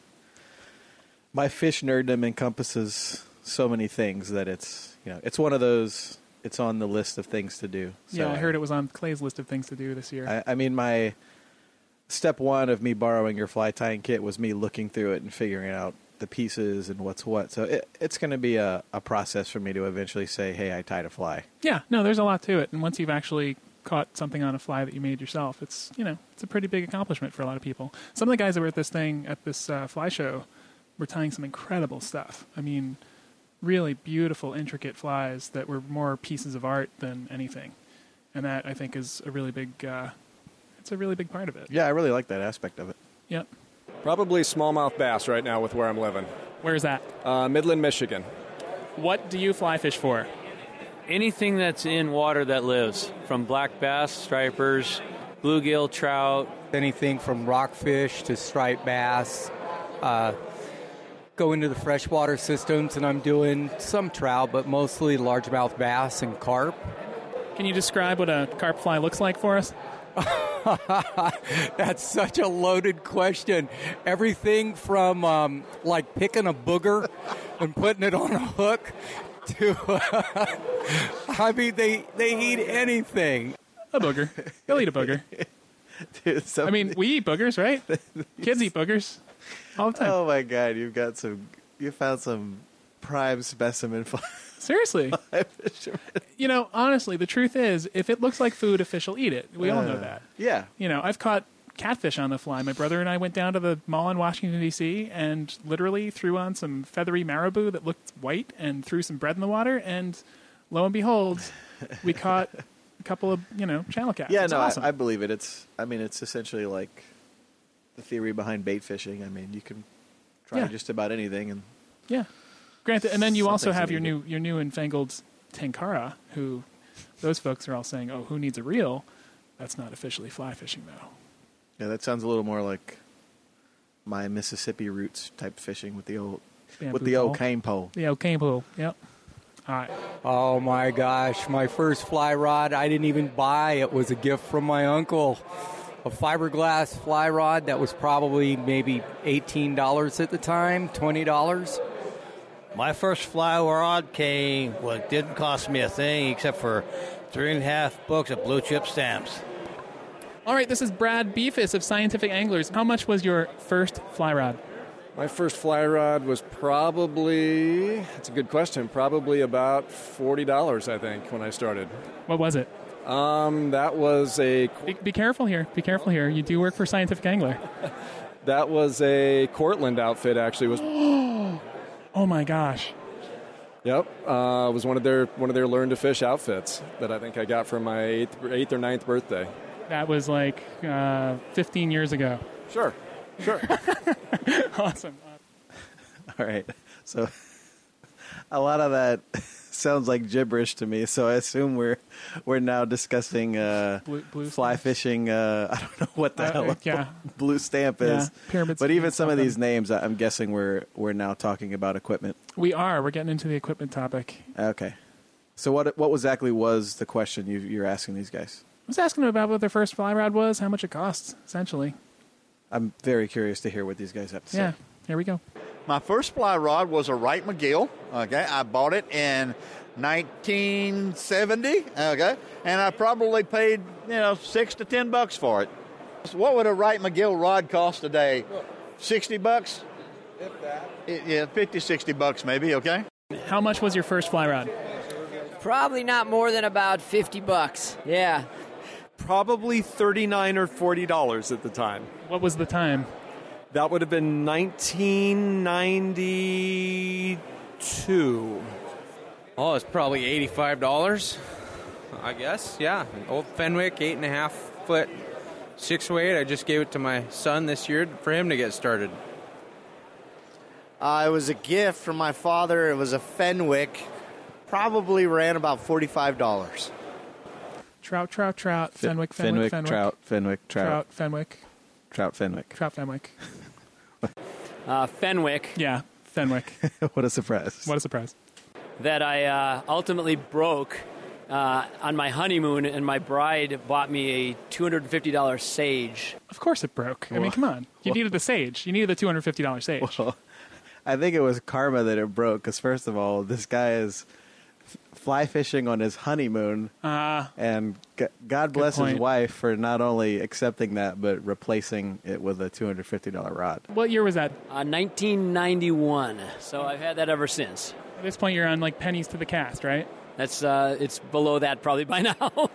Speaker 6: my fish nerddom encompasses so many things that it's you know it's one of those. It's on the list of things to do. So
Speaker 7: yeah, I heard it was on Clay's list of things to do this year.
Speaker 6: I, I mean, my step one of me borrowing your fly tying kit was me looking through it and figuring out the pieces and what's what. So it, it's going to be a, a process for me to eventually say, hey, I tied a fly.
Speaker 7: yeah, no, there's a lot to it, and once you've actually caught something on a fly that you made yourself, it's you know it's a pretty big accomplishment for a lot of people. Some of the guys that were at this thing at this uh, fly show were tying some incredible stuff. I mean, really beautiful, intricate flies that were more pieces of art than anything, and that I think is a really big. Uh, it's a really big part of it.
Speaker 6: Yeah, I really like that aspect of it.
Speaker 7: Yep.
Speaker 13: Probably smallmouth bass right now with where I'm living.
Speaker 7: Where's that?
Speaker 13: Uh, Midland, Michigan.
Speaker 7: What do you fly fish for?
Speaker 15: Anything that's in water that lives, from black bass, stripers, bluegill, trout.
Speaker 18: anything from rockfish to striped bass. Uh, go into the freshwater systems, and I'm doing some trout, but mostly largemouth bass and carp.
Speaker 7: Can you describe what a carp fly looks like for us?
Speaker 18: That's such a loaded question. Everything from um, like picking a booger and putting it on a hook to, I mean, they, they eat anything.
Speaker 7: A booger. They'll eat a booger. I mean, we eat boogers, right? Kids eat boogers all the time.
Speaker 6: Oh my God, you've got some, you found some prime specimen fly.
Speaker 7: Seriously. You know, honestly, the truth is, if it looks like food, a fish will eat it. We all know
Speaker 6: Uh,
Speaker 7: that.
Speaker 6: Yeah.
Speaker 7: You know, I've caught catfish on the fly. My brother and I went down to the mall in Washington D.C. and literally threw on some feathery marabou that looked white and threw some bread in the water. And lo and behold, we caught a couple of you know channel cats.
Speaker 6: yeah,
Speaker 7: It's
Speaker 6: no,
Speaker 7: awesome.
Speaker 6: I, I believe it. It's, I mean, it's essentially like the theory behind bait fishing. I mean, you can try
Speaker 7: Yeah.
Speaker 6: just about anything, and
Speaker 7: Yeah. Granted, and then you also
Speaker 6: Something's
Speaker 7: have your
Speaker 6: needed.
Speaker 7: new your new enfangled Tenkara, who those folks are all saying, "Oh, who needs a reel?" That's not officially fly fishing, though.
Speaker 6: yeah, that sounds a little more like my Mississippi roots type fishing with the old, with
Speaker 7: Bamboo
Speaker 6: the old
Speaker 7: pole.
Speaker 6: cane pole.
Speaker 7: The old cane pole. Yep. All right.
Speaker 18: Oh my gosh, my first fly rod I didn't even buy. It was a gift from my uncle. A fiberglass fly rod that was probably maybe $18 at the time, $20.
Speaker 14: My first fly rod came, well, it didn't cost me a thing except for three and a half books of blue chip stamps.
Speaker 7: All right. This is Brad Beefus of Scientific Anglers. How much was your first fly rod?
Speaker 13: My first fly rod was probably, that's a good question, probably about $40, I think, when I started.
Speaker 7: What was it?
Speaker 13: Um, that was a
Speaker 7: Be, be careful here. Be careful here. You do work for Scientific Angler.
Speaker 13: that was a Cortland outfit actually was
Speaker 7: oh my gosh.
Speaker 13: Yep, uh, was one of their one of their learn to fish outfits that I think I got for my eighth, eighth or ninth birthday.
Speaker 7: That was like uh, 15 years ago.
Speaker 13: Sure. Sure.
Speaker 7: awesome.
Speaker 6: All right. So a lot of that sounds like gibberish to me. So I assume we're we're now discussing uh, fly fishing. Uh, I don't know what the
Speaker 7: Uh,
Speaker 6: hell
Speaker 7: uh,
Speaker 6: a
Speaker 7: yeah.
Speaker 6: blue stamp
Speaker 7: Yeah,
Speaker 6: is.
Speaker 7: pyramid
Speaker 6: but
Speaker 7: scheme
Speaker 6: even some of
Speaker 7: something.
Speaker 6: these names, I- I'm guessing we're we're now talking about equipment.
Speaker 7: We are. We're getting into the equipment topic.
Speaker 6: Okay. So what what exactly was the question you, you're asking these guys?
Speaker 7: I was asking them about what their first fly rod was, how much it costs, essentially.
Speaker 6: I'm very curious to hear what these guys have to
Speaker 7: Yeah,
Speaker 6: say.
Speaker 7: here we go.
Speaker 11: My first fly rod was a Wright McGill. Okay, I bought it in 1970. Okay, and I probably paid you know six to ten bucks for it. So what would a Wright McGill rod cost today? Sixty bucks. If that. Yeah, 50, 60 bucks maybe. Okay.
Speaker 7: How much was your first fly rod?
Speaker 8: Probably not more than about 50 bucks. Yeah.
Speaker 13: Probably thirty nine or forty dollars at the time.
Speaker 7: What was the time?
Speaker 13: That would have been nineteen ninety two.
Speaker 16: Oh, it's probably eighty-five dollars, I guess. Yeah, an old Fenwick, eight and a half foot, six weight. I just gave it to my son this year for him to get started.
Speaker 12: Uh, it was a gift from my father. It was a Fenwick. Probably ran about forty-five dollars.
Speaker 7: Trout, trout, trout, Fenwick, Fenwick, Fenwick,
Speaker 6: trout, Fenwick, trout,
Speaker 7: trout
Speaker 6: trout,
Speaker 7: Fenwick,
Speaker 6: Fenwick.
Speaker 7: trout, Fenwick.
Speaker 5: Uh, Fenwick.
Speaker 7: Yeah, Fenwick.
Speaker 6: what a surprise!
Speaker 7: What a surprise!
Speaker 5: that I uh, ultimately broke uh, on my honeymoon, and my bride bought me a $250 sage.
Speaker 7: Of course it broke. I mean, come on. You needed the sage. You needed the two hundred fifty dollars sage.
Speaker 6: Well, I think it was karma that it broke because first of all, this guy is f- fly fishing on his honeymoon,
Speaker 7: Ah.
Speaker 6: and g- God bless his
Speaker 7: point.
Speaker 6: wife for not only accepting that but replacing it with a two hundred fifty dollar rod.
Speaker 7: What year was that?
Speaker 5: Uh, 1991. So I've had that ever since.
Speaker 7: At this point, you're on like pennies to the cast, right?
Speaker 5: That's uh, it's below that probably by now.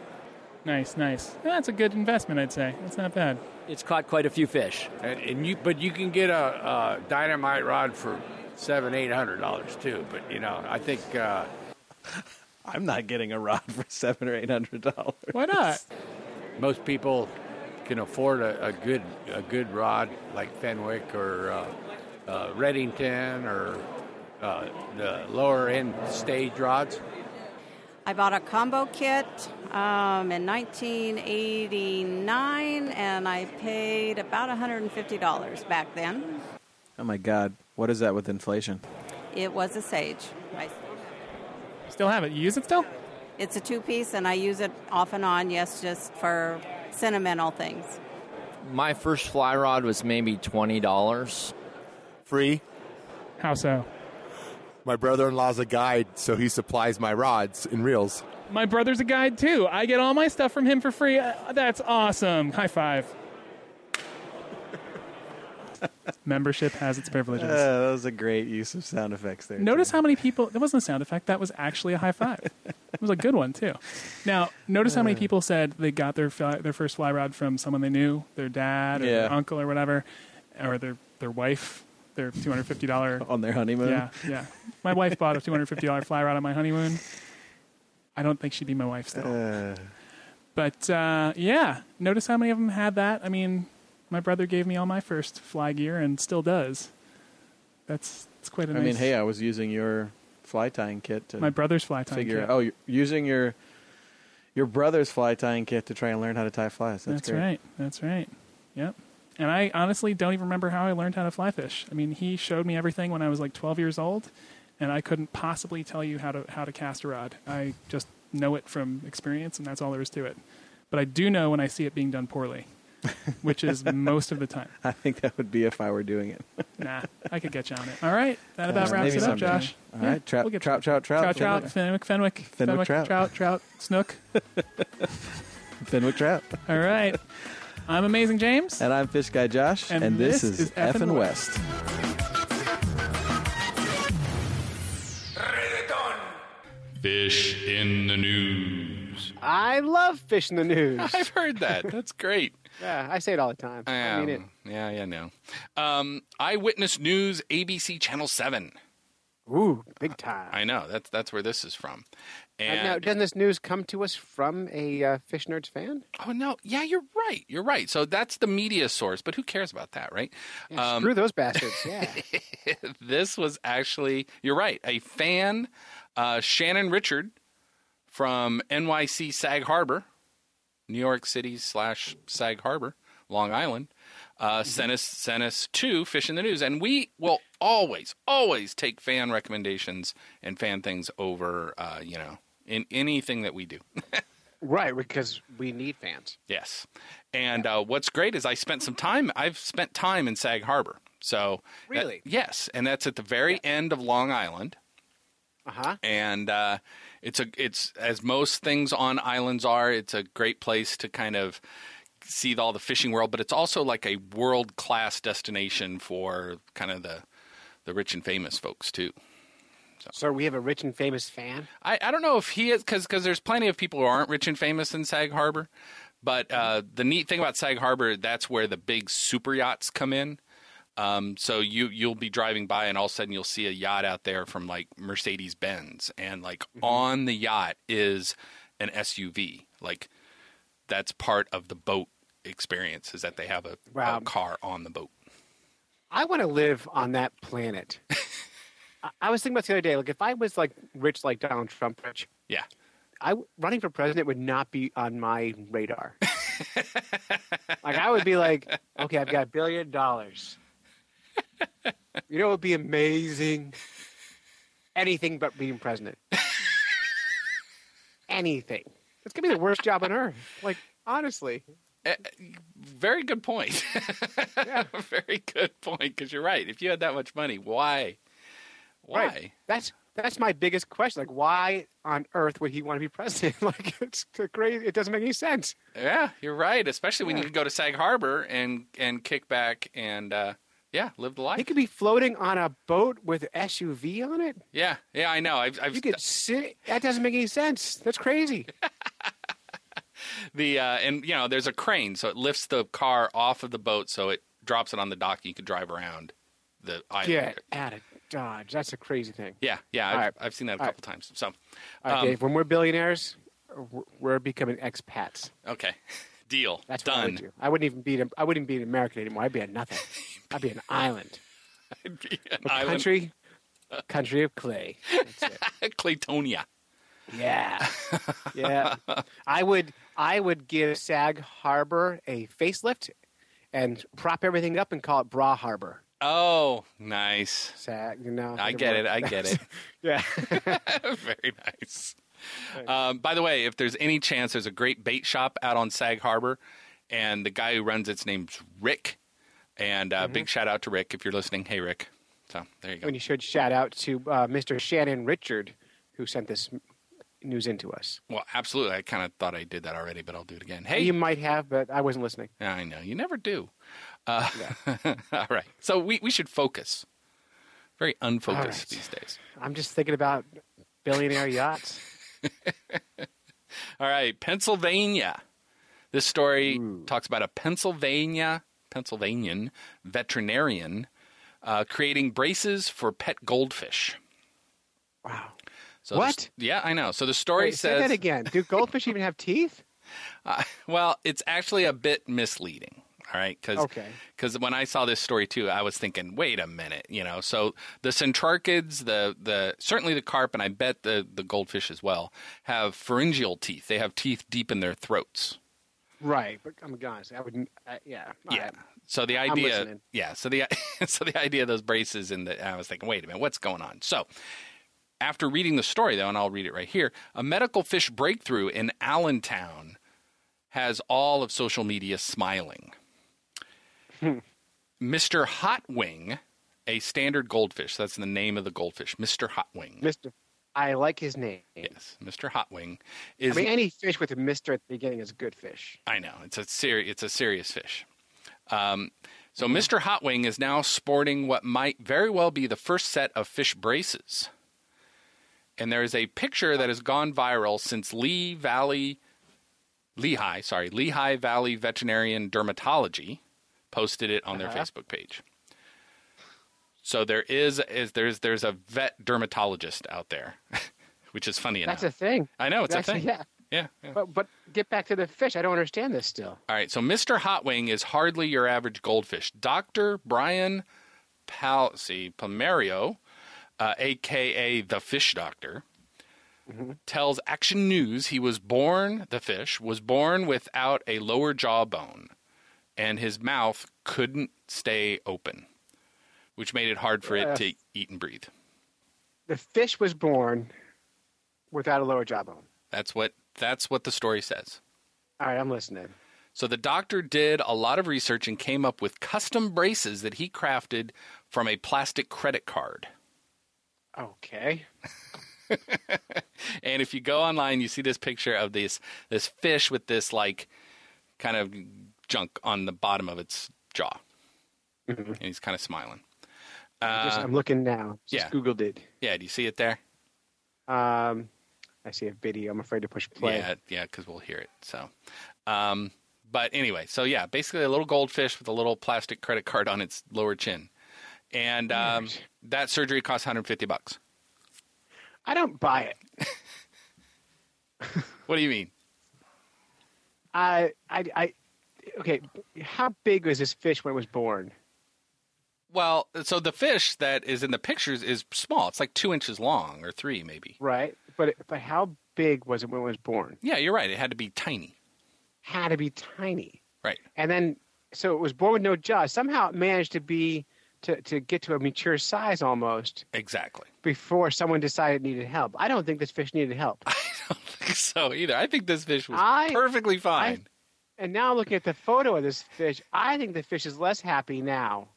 Speaker 7: nice, nice. That's a good investment, I'd say. That's not bad.
Speaker 5: It's caught quite a few fish.
Speaker 17: And, and you, but you can get a, a dynamite rod for seven, eight hundred dollars too. But you know, I think uh,
Speaker 6: I'm not getting a rod for seven or eight hundred dollars.
Speaker 7: Why not?
Speaker 17: most people can afford a, a good a good rod like Fenwick or uh, uh, Reddington or uh, the lower end stage rods.
Speaker 10: I bought a combo kit um, in 1989, and I paid about $150 back then.
Speaker 6: Oh my God, what is that with inflation?
Speaker 10: It was a Sage. I-
Speaker 7: Still have it. You use it still?
Speaker 10: It's a two-piece, and I use it off and on. Yes, just for sentimental things.
Speaker 19: My first fly rod was maybe twenty dollars.
Speaker 9: Free.
Speaker 7: How so?
Speaker 9: My brother in law's a guide, so he supplies my rods and reels.
Speaker 7: My brother's a guide too. I get all my stuff from him for free. Uh, That's awesome. High five. Membership has its privileges.
Speaker 6: Uh, that was a great use of sound effects there.
Speaker 7: Notice how many people. That wasn't a sound effect. That was actually a high five. It was a good one too. Now, notice how many
Speaker 6: Uh.
Speaker 7: people said they got their fly, their first fly rod from someone they knew, their dad or their
Speaker 6: Yeah.
Speaker 7: uncle or whatever, or their their wife. Their two hundred fifty dollar
Speaker 6: On their honeymoon?
Speaker 7: Yeah, yeah. My wife bought a two hundred fifty dollar fly rod on my honeymoon. I don't think she'd be my wife still.
Speaker 6: Uh.
Speaker 7: But uh, yeah, notice how many of them had that. I mean, my brother gave me all my first fly gear and still does. That's it's quite a
Speaker 6: I mean,
Speaker 7: nice-
Speaker 6: hey, I was using your fly tying kit. To
Speaker 7: My brother's fly tying
Speaker 6: figure,
Speaker 7: kit.
Speaker 6: Oh, you're using your your brother's fly tying kit to try and learn how to tie flies. That's,
Speaker 7: That's
Speaker 6: great.
Speaker 7: right. That's right. Yep. And I honestly don't even remember how I learned how to fly fish. I mean, he showed me everything when I was like 12 years old, and I couldn't possibly tell you how to how to cast a rod. I just know it from experience, and that's all there is to it. But I do know when I see it being done poorly, which is most of the time.
Speaker 6: I think that would be if I were doing it.
Speaker 7: Nah, I could get you on it. All right, that about
Speaker 6: Uh,
Speaker 7: wraps
Speaker 6: maybe
Speaker 7: it up,
Speaker 6: someday.
Speaker 7: Josh.
Speaker 6: All
Speaker 7: Yeah,
Speaker 6: right, trout,
Speaker 7: we'll get
Speaker 6: trout, trout, trout,
Speaker 7: trout, trout, Fenwick, Fenwick,
Speaker 6: Fenwick trout.
Speaker 7: trout, trout, snook.
Speaker 6: Fenwick trout.
Speaker 7: All right, I'm amazing, James.
Speaker 6: And I'm Fish Guy Josh,
Speaker 7: And
Speaker 6: and, this,
Speaker 7: this is
Speaker 6: is F
Speaker 7: Effin'
Speaker 6: and West.
Speaker 3: Fish in the news.
Speaker 4: I love fish in the news.
Speaker 3: I've heard that. That's great.
Speaker 4: yeah, I say it all the time. I mean it.
Speaker 3: Yeah, yeah, no. Um, Eyewitness News, ABC Channel Seven.
Speaker 4: Ooh, big time.
Speaker 3: I know that's that's where this is from. And
Speaker 4: now, doesn't this news come to us from a uh, Fish Nerds fan?
Speaker 3: Oh no! Yeah, you're right. You're right. So that's the media source, but who cares about that, right? Um,
Speaker 4: Screw those bastards. Yeah.
Speaker 3: this was actually you're right. A fan, uh, Shannon Richard from NYC Sag Harbor, New York City slash Sag Harbor, Long Island, uh, sent us sent us to Fish in the News, and we will always always take fan recommendations and fan things over uh, you know in anything that we do.
Speaker 4: right, because we need fans.
Speaker 3: Yes. And uh, what's great is I spent some time. I've spent time in Sag Harbor. So that-
Speaker 4: Really?
Speaker 3: yes, and that's at the very end of Long Island.
Speaker 4: Uh-huh.
Speaker 3: And uh, it's a it's as most things on islands are. It's a great place to kind of see all the fishing world, but it's also like a world class destination for kind of the the rich and famous folks too.
Speaker 4: So we have a rich and famous fan.
Speaker 3: I, I don't know if he is because there's plenty of people who aren't rich and famous in Sag Harbor, but uh, the neat thing about Sag Harbor that's where the big super yachts come in. Um, so you you'll be driving by and all of a sudden you'll see a yacht out there from like Mercedes Benz and like on the yacht is an SUV like that's part of the boat experience is that they have a, a
Speaker 4: Wow.
Speaker 3: car on the boat.
Speaker 4: I want to live on that planet. I- I was thinking about this the other day. Like, if I was like rich, like Donald Trump rich,
Speaker 3: Yeah.
Speaker 4: I running for president would not be on my radar. like, I would be like, okay, I've got a billion dollars. You know, it would be amazing. Anything but being president. Anything. It's gonna be the worst job on earth. Like, honestly.
Speaker 3: Eh, very good point. very good point because you're right. If you had that much money, why? Why?
Speaker 4: Right. That's that's my biggest question. Like, why on earth would he want to be president? like, it's crazy. It doesn't make any sense.
Speaker 3: Yeah, you're right. Especially when you could go to Sag Harbor and and kick back and uh, yeah, live the life.
Speaker 4: He could be floating on a boat with SUV on it.
Speaker 3: yeah, yeah, I know. I've, I've
Speaker 4: You could sit. That doesn't make any sense. That's crazy.
Speaker 3: the uh, and you know there's a crane, so it lifts the car off of the boat, so it drops it on the dock. and You could drive around the island.
Speaker 4: Get out of Dodge. That's a crazy thing.
Speaker 3: Yeah, yeah, I've,
Speaker 4: All right.
Speaker 3: I've seen that a
Speaker 4: All right.
Speaker 3: couple times. So,
Speaker 4: All right,
Speaker 3: um,
Speaker 4: Dave, when we're billionaires, we're- we're becoming expats.
Speaker 3: okay, deal.
Speaker 4: That's what I would
Speaker 3: done.
Speaker 4: do. I wouldn't even be. an- I wouldn't be an American anymore. I'd be a nothing. I'd be an island.
Speaker 3: I'd be an
Speaker 4: A
Speaker 3: island-
Speaker 4: country. Country of clay.
Speaker 3: Claytonia.
Speaker 4: Yeah. Yeah. I would I would give Sag Harbor a facelift and prop everything up and call it Bra Harbor.
Speaker 3: Oh, nice.
Speaker 4: Sag, no,
Speaker 3: I
Speaker 4: never
Speaker 3: get it.
Speaker 4: mind.
Speaker 3: I get it.
Speaker 4: yeah.
Speaker 3: Very nice. Um, by the way, if there's any chance, there's a great bait shop out on Sag Harbor, and the guy who runs its name's Rick. And uh, big shout out to Rick if you're listening. Hey, Rick. So there you go.
Speaker 4: And Mm-hmm. you should shout out to uh, Mr. Shannon Richard who sent this m- news into us.
Speaker 3: Well, absolutely. I kind of thought I did that already, but I'll do it again. Hey,
Speaker 4: You might have, but I wasn't listening.
Speaker 3: Yeah, I know. You never do. Uh, all right. So we, we should focus. Very unfocused
Speaker 4: All right.
Speaker 3: these days.
Speaker 4: I'm just thinking about billionaire yachts.
Speaker 3: All right, Pennsylvania. This story talks about a Pennsylvania, Pennsylvanian veterinarian uh, creating braces for pet goldfish. Wow. So the
Speaker 4: What?
Speaker 3: s- yeah, I know. So the story
Speaker 4: Wait,
Speaker 3: says
Speaker 4: say that again. Do goldfish even have teeth?
Speaker 3: Uh, well, it's actually a bit misleading. All right, because
Speaker 4: Okay.
Speaker 3: when I saw this story too, I was thinking, wait a minute, you know. So the centrarchids, the the certainly the carp, and I bet the the goldfish as well have pharyngeal teeth. They have teeth deep in their throats.
Speaker 4: Right, but I'm gonna honest. I wouldn't. Uh, yeah. all
Speaker 3: Yeah.
Speaker 4: right.
Speaker 3: So the
Speaker 4: I'm
Speaker 3: idea,
Speaker 4: listening.
Speaker 3: yeah. So the so the idea of those braces and the, I was thinking, wait a minute, what's going on? So after reading the story though, and I'll read it right here, a medical fish breakthrough in Allentown has all of social media smiling.
Speaker 4: Hmm.
Speaker 3: Mr. Hotwing, a standard goldfish. That's the name of the goldfish, Mr. Hotwing.
Speaker 4: Mister. I like his name.
Speaker 3: Yes, Mr. Hotwing
Speaker 4: I
Speaker 3: is
Speaker 4: mean, any fish with a Mister at the beginning is a good fish.
Speaker 3: I know it's a seri- it's a serious fish. Um, so
Speaker 4: Mm-hmm.
Speaker 3: Mr. Hotwing is now sporting what might very well be the first set of fish braces, and there is a picture that has gone viral since Lee Valley, Lehigh, sorry, Lehigh Valley Veterinarian Dermatology posted it on
Speaker 1: Uh-huh.
Speaker 3: their Facebook page. So there is is there's there's a vet dermatologist out there, which is funny enough.
Speaker 4: That's a thing.
Speaker 3: I know it's
Speaker 4: That's-
Speaker 3: a thing.
Speaker 4: Yeah.
Speaker 3: Yeah.
Speaker 4: But but get back to the fish. I don't understand this still.
Speaker 3: All right, so Mr. Hotwing is hardly your average goldfish. Dr. Brian Pal- see, Palmerio, uh, aka the fish doctor, tells Action News he was born, the fish, was born without a lower jawbone, and his mouth couldn't stay open, which made it hard for
Speaker 4: Yeah.
Speaker 3: it to eat and breathe.
Speaker 4: The fish was born without a lower jawbone.
Speaker 3: That's what that's what the story says.
Speaker 4: All right, I'm listening.
Speaker 3: So the doctor did a lot of research and came up with custom braces that he crafted from a plastic credit card.
Speaker 4: Okay.
Speaker 3: And if you go online, you see this picture of this this fish with this like kind of junk on the bottom of its jaw, and he's kind of smiling. Uh,
Speaker 4: Just, Mm-hmm. I'm looking now. Just
Speaker 3: yeah.
Speaker 4: Googled it.
Speaker 3: yeah, do you see it there?
Speaker 4: Um, I see a video. I'm afraid to push play.
Speaker 3: Yeah, yeah, because we'll hear it. So, um, but anyway, so yeah, basically a little goldfish with a little plastic credit card on its lower chin, and um, that surgery costs 150 bucks.
Speaker 4: I don't buy it.
Speaker 3: What do you mean?
Speaker 4: I, I, I, okay. How big was this fish when it was born?
Speaker 3: Well, so the fish that is in the pictures is small. It's like two inches long or three, maybe.
Speaker 4: Right. But, but how big was it when it was born?
Speaker 3: Yeah, you're right. It had to be tiny.
Speaker 4: Had to be tiny.
Speaker 3: Right.
Speaker 4: And then, so it was born with no jaw. Somehow it managed to be, to, to get to a mature size almost
Speaker 3: Exactly.
Speaker 4: before someone decided it needed help. I don't think this fish needed help.
Speaker 3: so either. I think this fish was
Speaker 4: I-
Speaker 3: perfectly fine.
Speaker 4: and now looking at the photo of this fish, I think the fish is less happy now.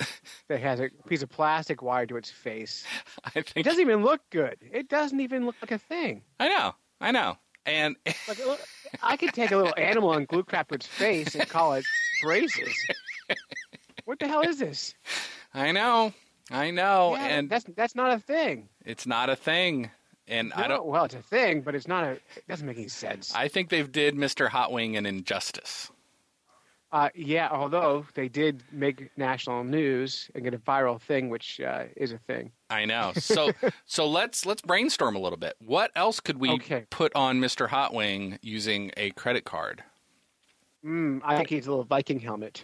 Speaker 4: that it has a piece of plastic wired to its face.
Speaker 3: I think
Speaker 4: it doesn't even look good. It doesn't even look like a thing.
Speaker 3: I, know. I know. And
Speaker 4: Like, it look- I could take a little animal and glue crap to its face and call it braces. What the hell is this?
Speaker 3: I know. I know.
Speaker 4: Yeah,
Speaker 3: and
Speaker 4: that's that's not a thing.
Speaker 3: it's not a thing. And I
Speaker 4: No,
Speaker 3: don't
Speaker 4: Well, it's a thing, but it's not a. It doesn't make any sense.
Speaker 3: I think they've did Mr. Hotwing an injustice.
Speaker 4: Uh, yeah, although they did make national news and get a viral thing, which uh, is a thing.
Speaker 3: I know. So so let's let's brainstorm a little bit. What else could we put on Mr. Hotwing using a credit card?
Speaker 4: Mm, I think he's a little Viking helmet.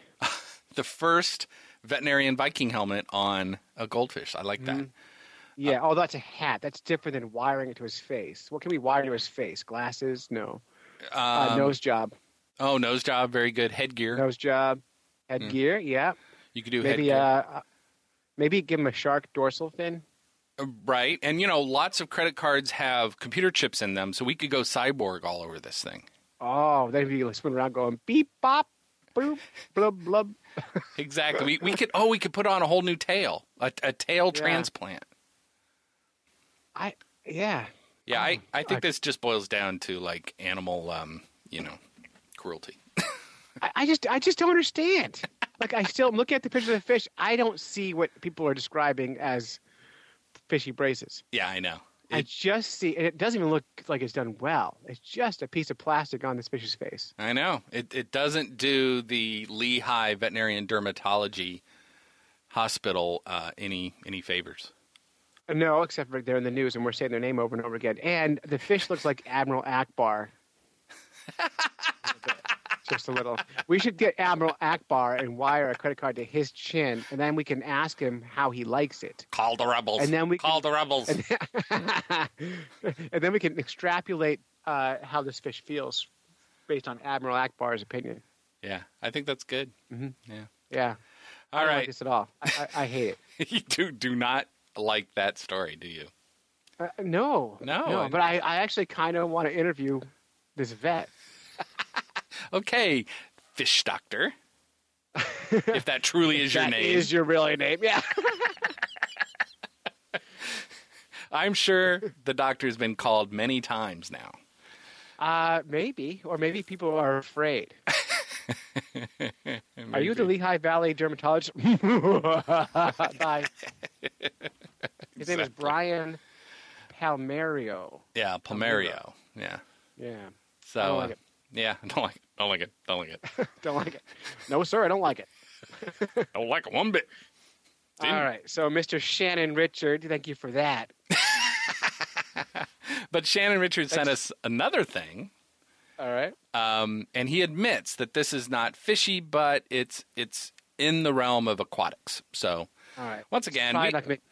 Speaker 3: The first veterinarian Viking helmet on a goldfish. I like that.
Speaker 4: Mm-hmm.
Speaker 3: Uh,
Speaker 4: Yeah, oh, that's a hat. That's different than wiring it to his face. What can we wire to his face? Glasses? No. uh,
Speaker 3: Um,
Speaker 4: nose job.
Speaker 3: Oh, nose job, very good. Headgear. Mm.
Speaker 4: Nose job. Headgear. Yeah.
Speaker 3: You could do
Speaker 4: maybe
Speaker 3: headgear.
Speaker 4: uh, uh, maybe give him a shark dorsal fin.
Speaker 3: Right. And you know, lots of credit cards have computer chips in them, so we could go cyborg all over this thing.
Speaker 4: Oh, then he like spin around going beep bop, boop, blub blub.
Speaker 3: Exactly. we, we could oh, we could put on a whole new tail, a, a tail
Speaker 4: Yeah.
Speaker 3: transplant.
Speaker 4: I yeah.
Speaker 3: Yeah, I, I think this just boils down to like animal um, you know, cruelty.
Speaker 4: I, I just I just don't understand. Like I still I'm looking at the picture of the fish. I don't see what people are describing as fishy braces.
Speaker 3: Yeah, I know.
Speaker 4: I just see, and it doesn't even look like it's done well. It's just a piece of plastic on this fish's face.
Speaker 3: I know it. It doesn't do the Lehigh Veterinarian Dermatology Hospital uh, any any favors.
Speaker 4: No, except for they're in the news, and we're saying their name over and over again. And the fish looks like Admiral Akbar. just a little. We should get Admiral Akbar and wire a credit card to his chin, and then we can ask him how he likes it.
Speaker 3: Call the rebels.
Speaker 4: And then we
Speaker 3: call the rebels.
Speaker 4: and then we can extrapolate uh, how this fish feels based on Admiral Akbar's opinion.
Speaker 3: Yeah, I think that's good. Mm-hmm. Yeah.
Speaker 4: Yeah.
Speaker 3: All
Speaker 4: I don't
Speaker 3: right.
Speaker 4: like this at all. I, I, I hate it.
Speaker 3: you do do not like that story, do you?
Speaker 4: Uh, no.
Speaker 3: No, I-
Speaker 4: But I, I actually kind of want to interview this vet.
Speaker 3: Okay, fish doctor. if that truly is your
Speaker 4: That
Speaker 3: name,
Speaker 4: is your really name. Yeah.
Speaker 3: I'm sure the doctor's been called many times now.
Speaker 4: Uh, maybe, or maybe people are afraid. Are you the Lehigh Valley dermatologist? Bye. His name is Brian Palmerio.
Speaker 3: Yeah, Palmerio. Yeah.
Speaker 4: Yeah.
Speaker 3: So
Speaker 4: I don't like
Speaker 3: uh,
Speaker 4: it.
Speaker 3: yeah, don't like don't like it. Don't like it.
Speaker 4: Don't like it. No, sir, I don't like it.
Speaker 3: don't like it one bit.
Speaker 4: All right. So, Mr. Shannon Richard, thank you for that.
Speaker 3: But Shannon Richards sent us another thing.
Speaker 4: All right.
Speaker 3: Um, and he admits that this is not fishy, but it's it's in the realm of aquatics. So
Speaker 4: All right.
Speaker 3: once again,
Speaker 4: Probably
Speaker 3: we-
Speaker 4: not gonna make-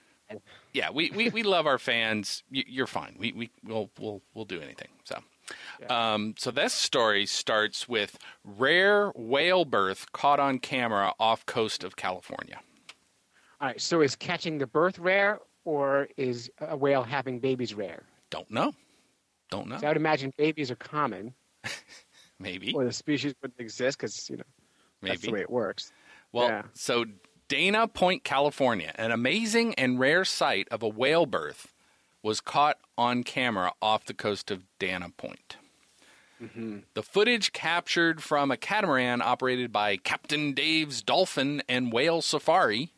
Speaker 3: yeah, we, we, we love our fans. You, you're fine. We we will we'll we'll do anything. So, um, so this story starts with rare whale birth caught on camera off coast of California.
Speaker 4: All right. So, is catching the birth rare, or is a whale having babies rare?
Speaker 3: Don't know. Don't know.
Speaker 4: So I would imagine babies are common,
Speaker 3: Maybe.
Speaker 4: or the species wouldn't exist because you know that's the
Speaker 3: Maybe.
Speaker 4: way it works.
Speaker 3: Well, so Dana Point, California, an amazing and rare sight of a whale birth was caught on camera off the coast of Dana Point.
Speaker 4: Mm-hmm.
Speaker 3: The footage captured from a catamaran operated by Captain Dave's Dolphin and Whale Safari.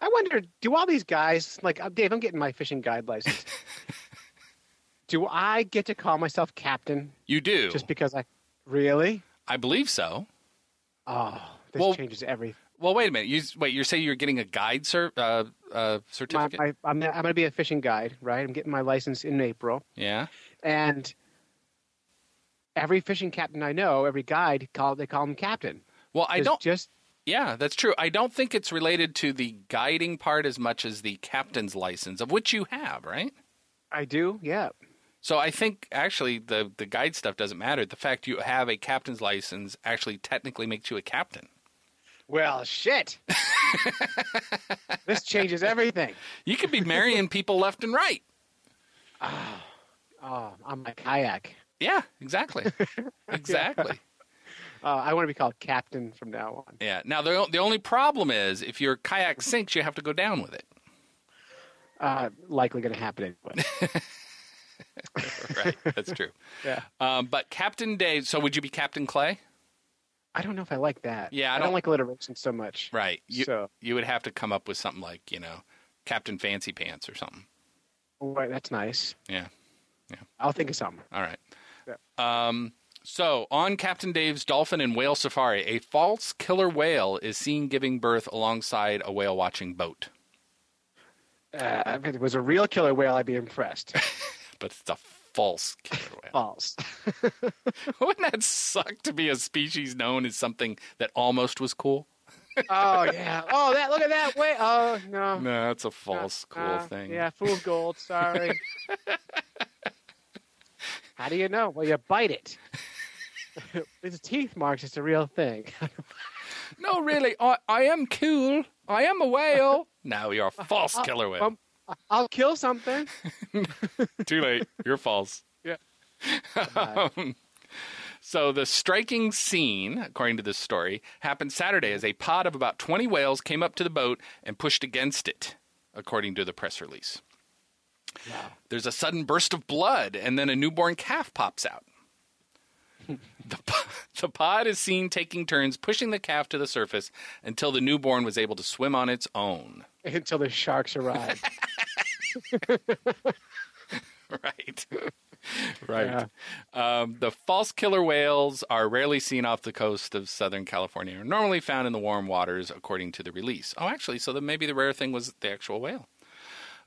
Speaker 4: I wonder, do all these guys like uh, Dave? I'm getting my fishing guide license. do I get to call myself captain
Speaker 3: You do.
Speaker 4: just because I really?
Speaker 3: I believe so.
Speaker 4: Oh, this
Speaker 3: Well-
Speaker 4: changes everything.
Speaker 3: Well, wait a minute. You wait. You're saying you're getting a guide cer- uh, uh,
Speaker 4: My,
Speaker 3: certificate?
Speaker 4: my, I'm, I'm going to be a fishing guide, right? I'm getting my license in April,
Speaker 3: yeah.
Speaker 4: and every fishing captain I know, every guide call they call him captain.
Speaker 3: Well, I
Speaker 4: Just-
Speaker 3: don't
Speaker 4: just
Speaker 3: Yeah, that's true. I don't think it's related to the guiding part as much as the captain's license, of which you have, right?
Speaker 4: I do. Yeah.
Speaker 3: So I think actually the the guide stuff doesn't matter. The fact you have a captain's license actually technically makes you a captain.
Speaker 4: Well, shit. this changes everything.
Speaker 3: You could be marrying people left and right.
Speaker 4: Oh, I'm a kayak.
Speaker 3: Yeah, exactly. Exactly.
Speaker 4: Uh, I want to be called captain from now on.
Speaker 3: Yeah. Now the the only problem is if your kayak sinks, you have to go down with it.
Speaker 4: Uh, likely going to happen anyway.
Speaker 3: Right. That's true.
Speaker 4: Yeah.
Speaker 3: Um, but Captain Dave. So would you be Captain Clay?
Speaker 4: I don't know if I like that.
Speaker 3: Yeah, I
Speaker 4: I don't,
Speaker 3: don't-
Speaker 4: like alliteration so much.
Speaker 3: Right. You
Speaker 4: So-
Speaker 3: you would have to come up with something like you know Captain Fancy Pants or something.
Speaker 4: All right, that's nice.
Speaker 3: Yeah.
Speaker 4: I'll think of something.
Speaker 3: All right. Um, so, on Captain Dave's Dolphin and Whale Safari, a false killer whale is seen giving birth alongside a whale watching boat.
Speaker 4: Uh, if it was a real killer whale, I'd be impressed.
Speaker 3: But it's a false killer whale.
Speaker 4: False.
Speaker 3: Wouldn't that suck to be a species known as something that almost was cool?
Speaker 4: oh yeah. Oh, that. Look at that. Wait. Oh no.
Speaker 3: No, that's a false cool
Speaker 4: Uh,
Speaker 3: thing.
Speaker 4: Yeah, fool of gold. Sorry. How do you know? Well, you bite it. It's teeth marks. It's a real thing.
Speaker 3: No, really, I, I am cool. I am a whale. No, you're a false
Speaker 4: I'll-
Speaker 3: killer whale.
Speaker 4: um, I'll kill something.
Speaker 3: Too late. You're false.
Speaker 4: Yeah.
Speaker 3: Um, so the striking scene, according to this story, happened Saturday as a pod of about 20 whales came up to the boat and pushed against it, according to the press release. There's a sudden burst of blood, and then a newborn calf pops out. the, po- the pod is seen taking turns pushing the calf to the surface until the newborn was able to swim on its own.
Speaker 4: Until the sharks arrive.
Speaker 3: right. Right. Um, the false killer whales are rarely seen off the coast of Southern California and are normally found in the warm waters, according to the release. Oh, actually, so then maybe the rare thing was the actual whale.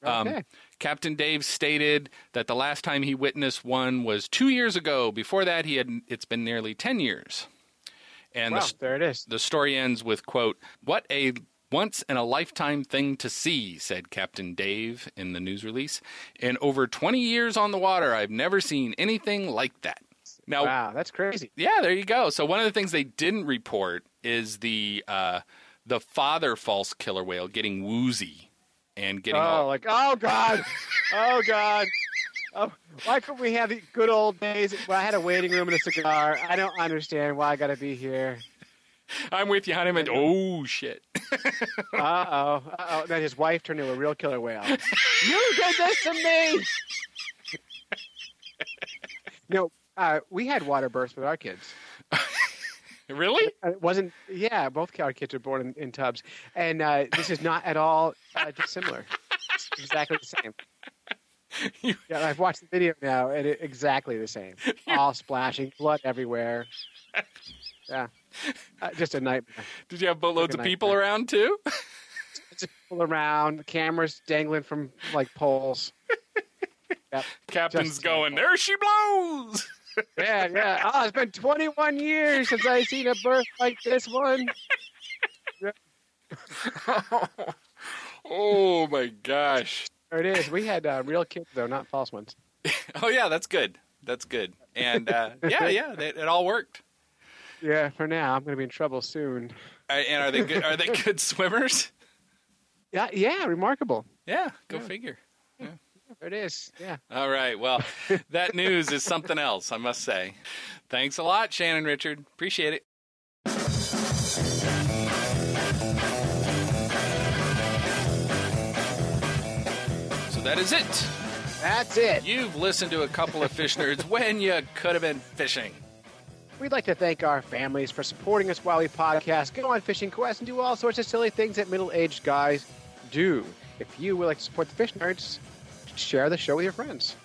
Speaker 4: Okay.
Speaker 3: Um, Captain Dave stated that the last time he witnessed one was two years ago. Before that, he had it's been nearly ten years. And
Speaker 4: Wow,
Speaker 3: the, there it is. The story ends with quote, "What a once in a lifetime thing to see," said Captain Dave in the news release. In over 20 years on the water, I've never seen anything like that. Now,
Speaker 4: wow, that's crazy.
Speaker 3: Yeah, there you go. So one of the things they didn't report is the uh, the father false killer whale getting woozy and getting
Speaker 4: oh,
Speaker 3: all
Speaker 4: like oh god, oh god. Oh, why couldn't we have the good old days? Well, I had a waiting room and a cigar. I don't understand why I got to be here.
Speaker 3: I'm with you, Honeyman. Oh shit.
Speaker 4: uh oh. Uh oh. Then his wife turned into a real killer whale. you did this to me. no, uh, we had water births with our kids. Uh,
Speaker 3: really?
Speaker 4: It wasn't. Yeah, both our kids were born in, in tubs, and uh, this is not at all uh, dissimilar. It's exactly the same. yeah, I've watched the video now, and it, exactly the same. All splashing, blood everywhere. Yeah, uh, just a nightmare.
Speaker 3: Did you have boatloads
Speaker 4: Like a
Speaker 3: of people
Speaker 4: nightmare.
Speaker 3: around too?
Speaker 4: People around, cameras dangling from like poles. Yep.
Speaker 3: Captain's
Speaker 4: Just-
Speaker 3: going, there she blows.
Speaker 4: Yeah, yeah. Oh, it's been 21 years since I've seen a birth like this one.
Speaker 3: oh my gosh.
Speaker 4: There it is. We had uh, real kids though, not false ones.
Speaker 3: Oh yeah, that's good. That's good. And uh, yeah, yeah, it, it all worked.
Speaker 4: Yeah, for now, I'm going to be in trouble soon.
Speaker 3: Uh, And are they good? Are they good swimmers?
Speaker 4: Yeah, yeah, remarkable.
Speaker 3: Yeah, go figure.
Speaker 4: There it is. Yeah.
Speaker 3: All right. Well, that news is something else, I must say. Thanks a lot, Shannon Richard. Appreciate it. So that is it.
Speaker 4: That's it.
Speaker 3: You've listened to a couple of fish nerds when you could have been fishing.
Speaker 4: We'd like to thank our families for supporting us while we podcast, go on fishing quests, and do all sorts of silly things that middle aged guys do. If you would like to support the Fish Nerds, share the show with your friends.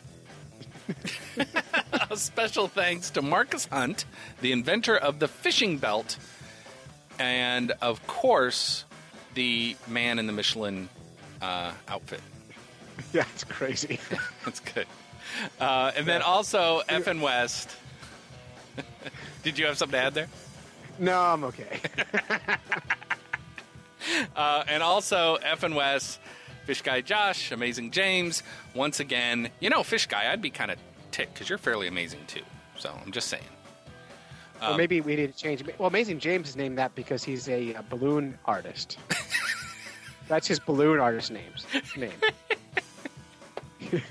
Speaker 3: A special thanks to Marcus Hunt, the inventor of the fishing belt, and of course, the man in the Michelin uh, outfit.
Speaker 4: Yeah, it's crazy.
Speaker 3: That's good. Uh, and then also F and West. Did you have something to add there?
Speaker 4: No, I'm okay.
Speaker 3: Uh, and also F and West, Fish Guy Josh, Amazing James. Once again, you know, Fish Guy, I'd be kind of ticked because you're fairly amazing too. So I'm just saying.
Speaker 4: Or
Speaker 3: Um,
Speaker 4: maybe we need to change. Well, Amazing James is named that because he's a, uh balloon artist. That's his balloon artist names name.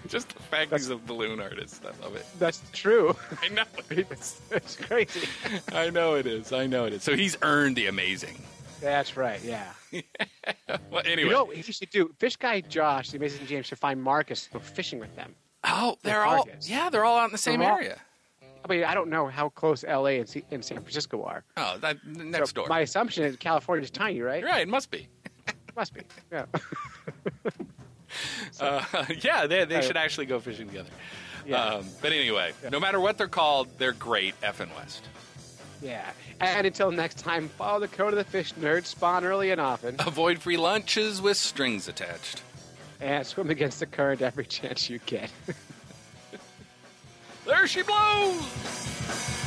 Speaker 3: Just the fact he's a balloon artist. I love it.
Speaker 4: That's true.
Speaker 3: I know.
Speaker 4: It's, it's crazy.
Speaker 3: I know it is. I know it is. So he's earned the amazing.
Speaker 4: That's right. Yeah.
Speaker 3: Well, anyway.
Speaker 4: You know what he should do? Fish guy Josh, the Amazing James, should find Marcus and go fishing with them.
Speaker 3: Oh,
Speaker 4: With
Speaker 3: they're all
Speaker 4: Marcus.
Speaker 3: yeah, they're all out in the same
Speaker 4: They're all-
Speaker 3: area.
Speaker 4: I mean, I don't know how close L.A. and, C- and San Francisco are.
Speaker 3: Oh, that, next door.
Speaker 4: My assumption is California's tiny, right?
Speaker 3: Right, it must be.
Speaker 4: Must be. Yeah.
Speaker 3: Uh, yeah, they, they
Speaker 4: Uh,
Speaker 3: should actually go fishing together. Um, but anyway, no matter what they're called, they're great. F and West.
Speaker 4: Yeah. And until next time, follow the code of the fish nerd, spawn early and often,
Speaker 3: Avoid free lunches with strings attached.
Speaker 4: and swim against the current every chance you get.
Speaker 3: There she blows.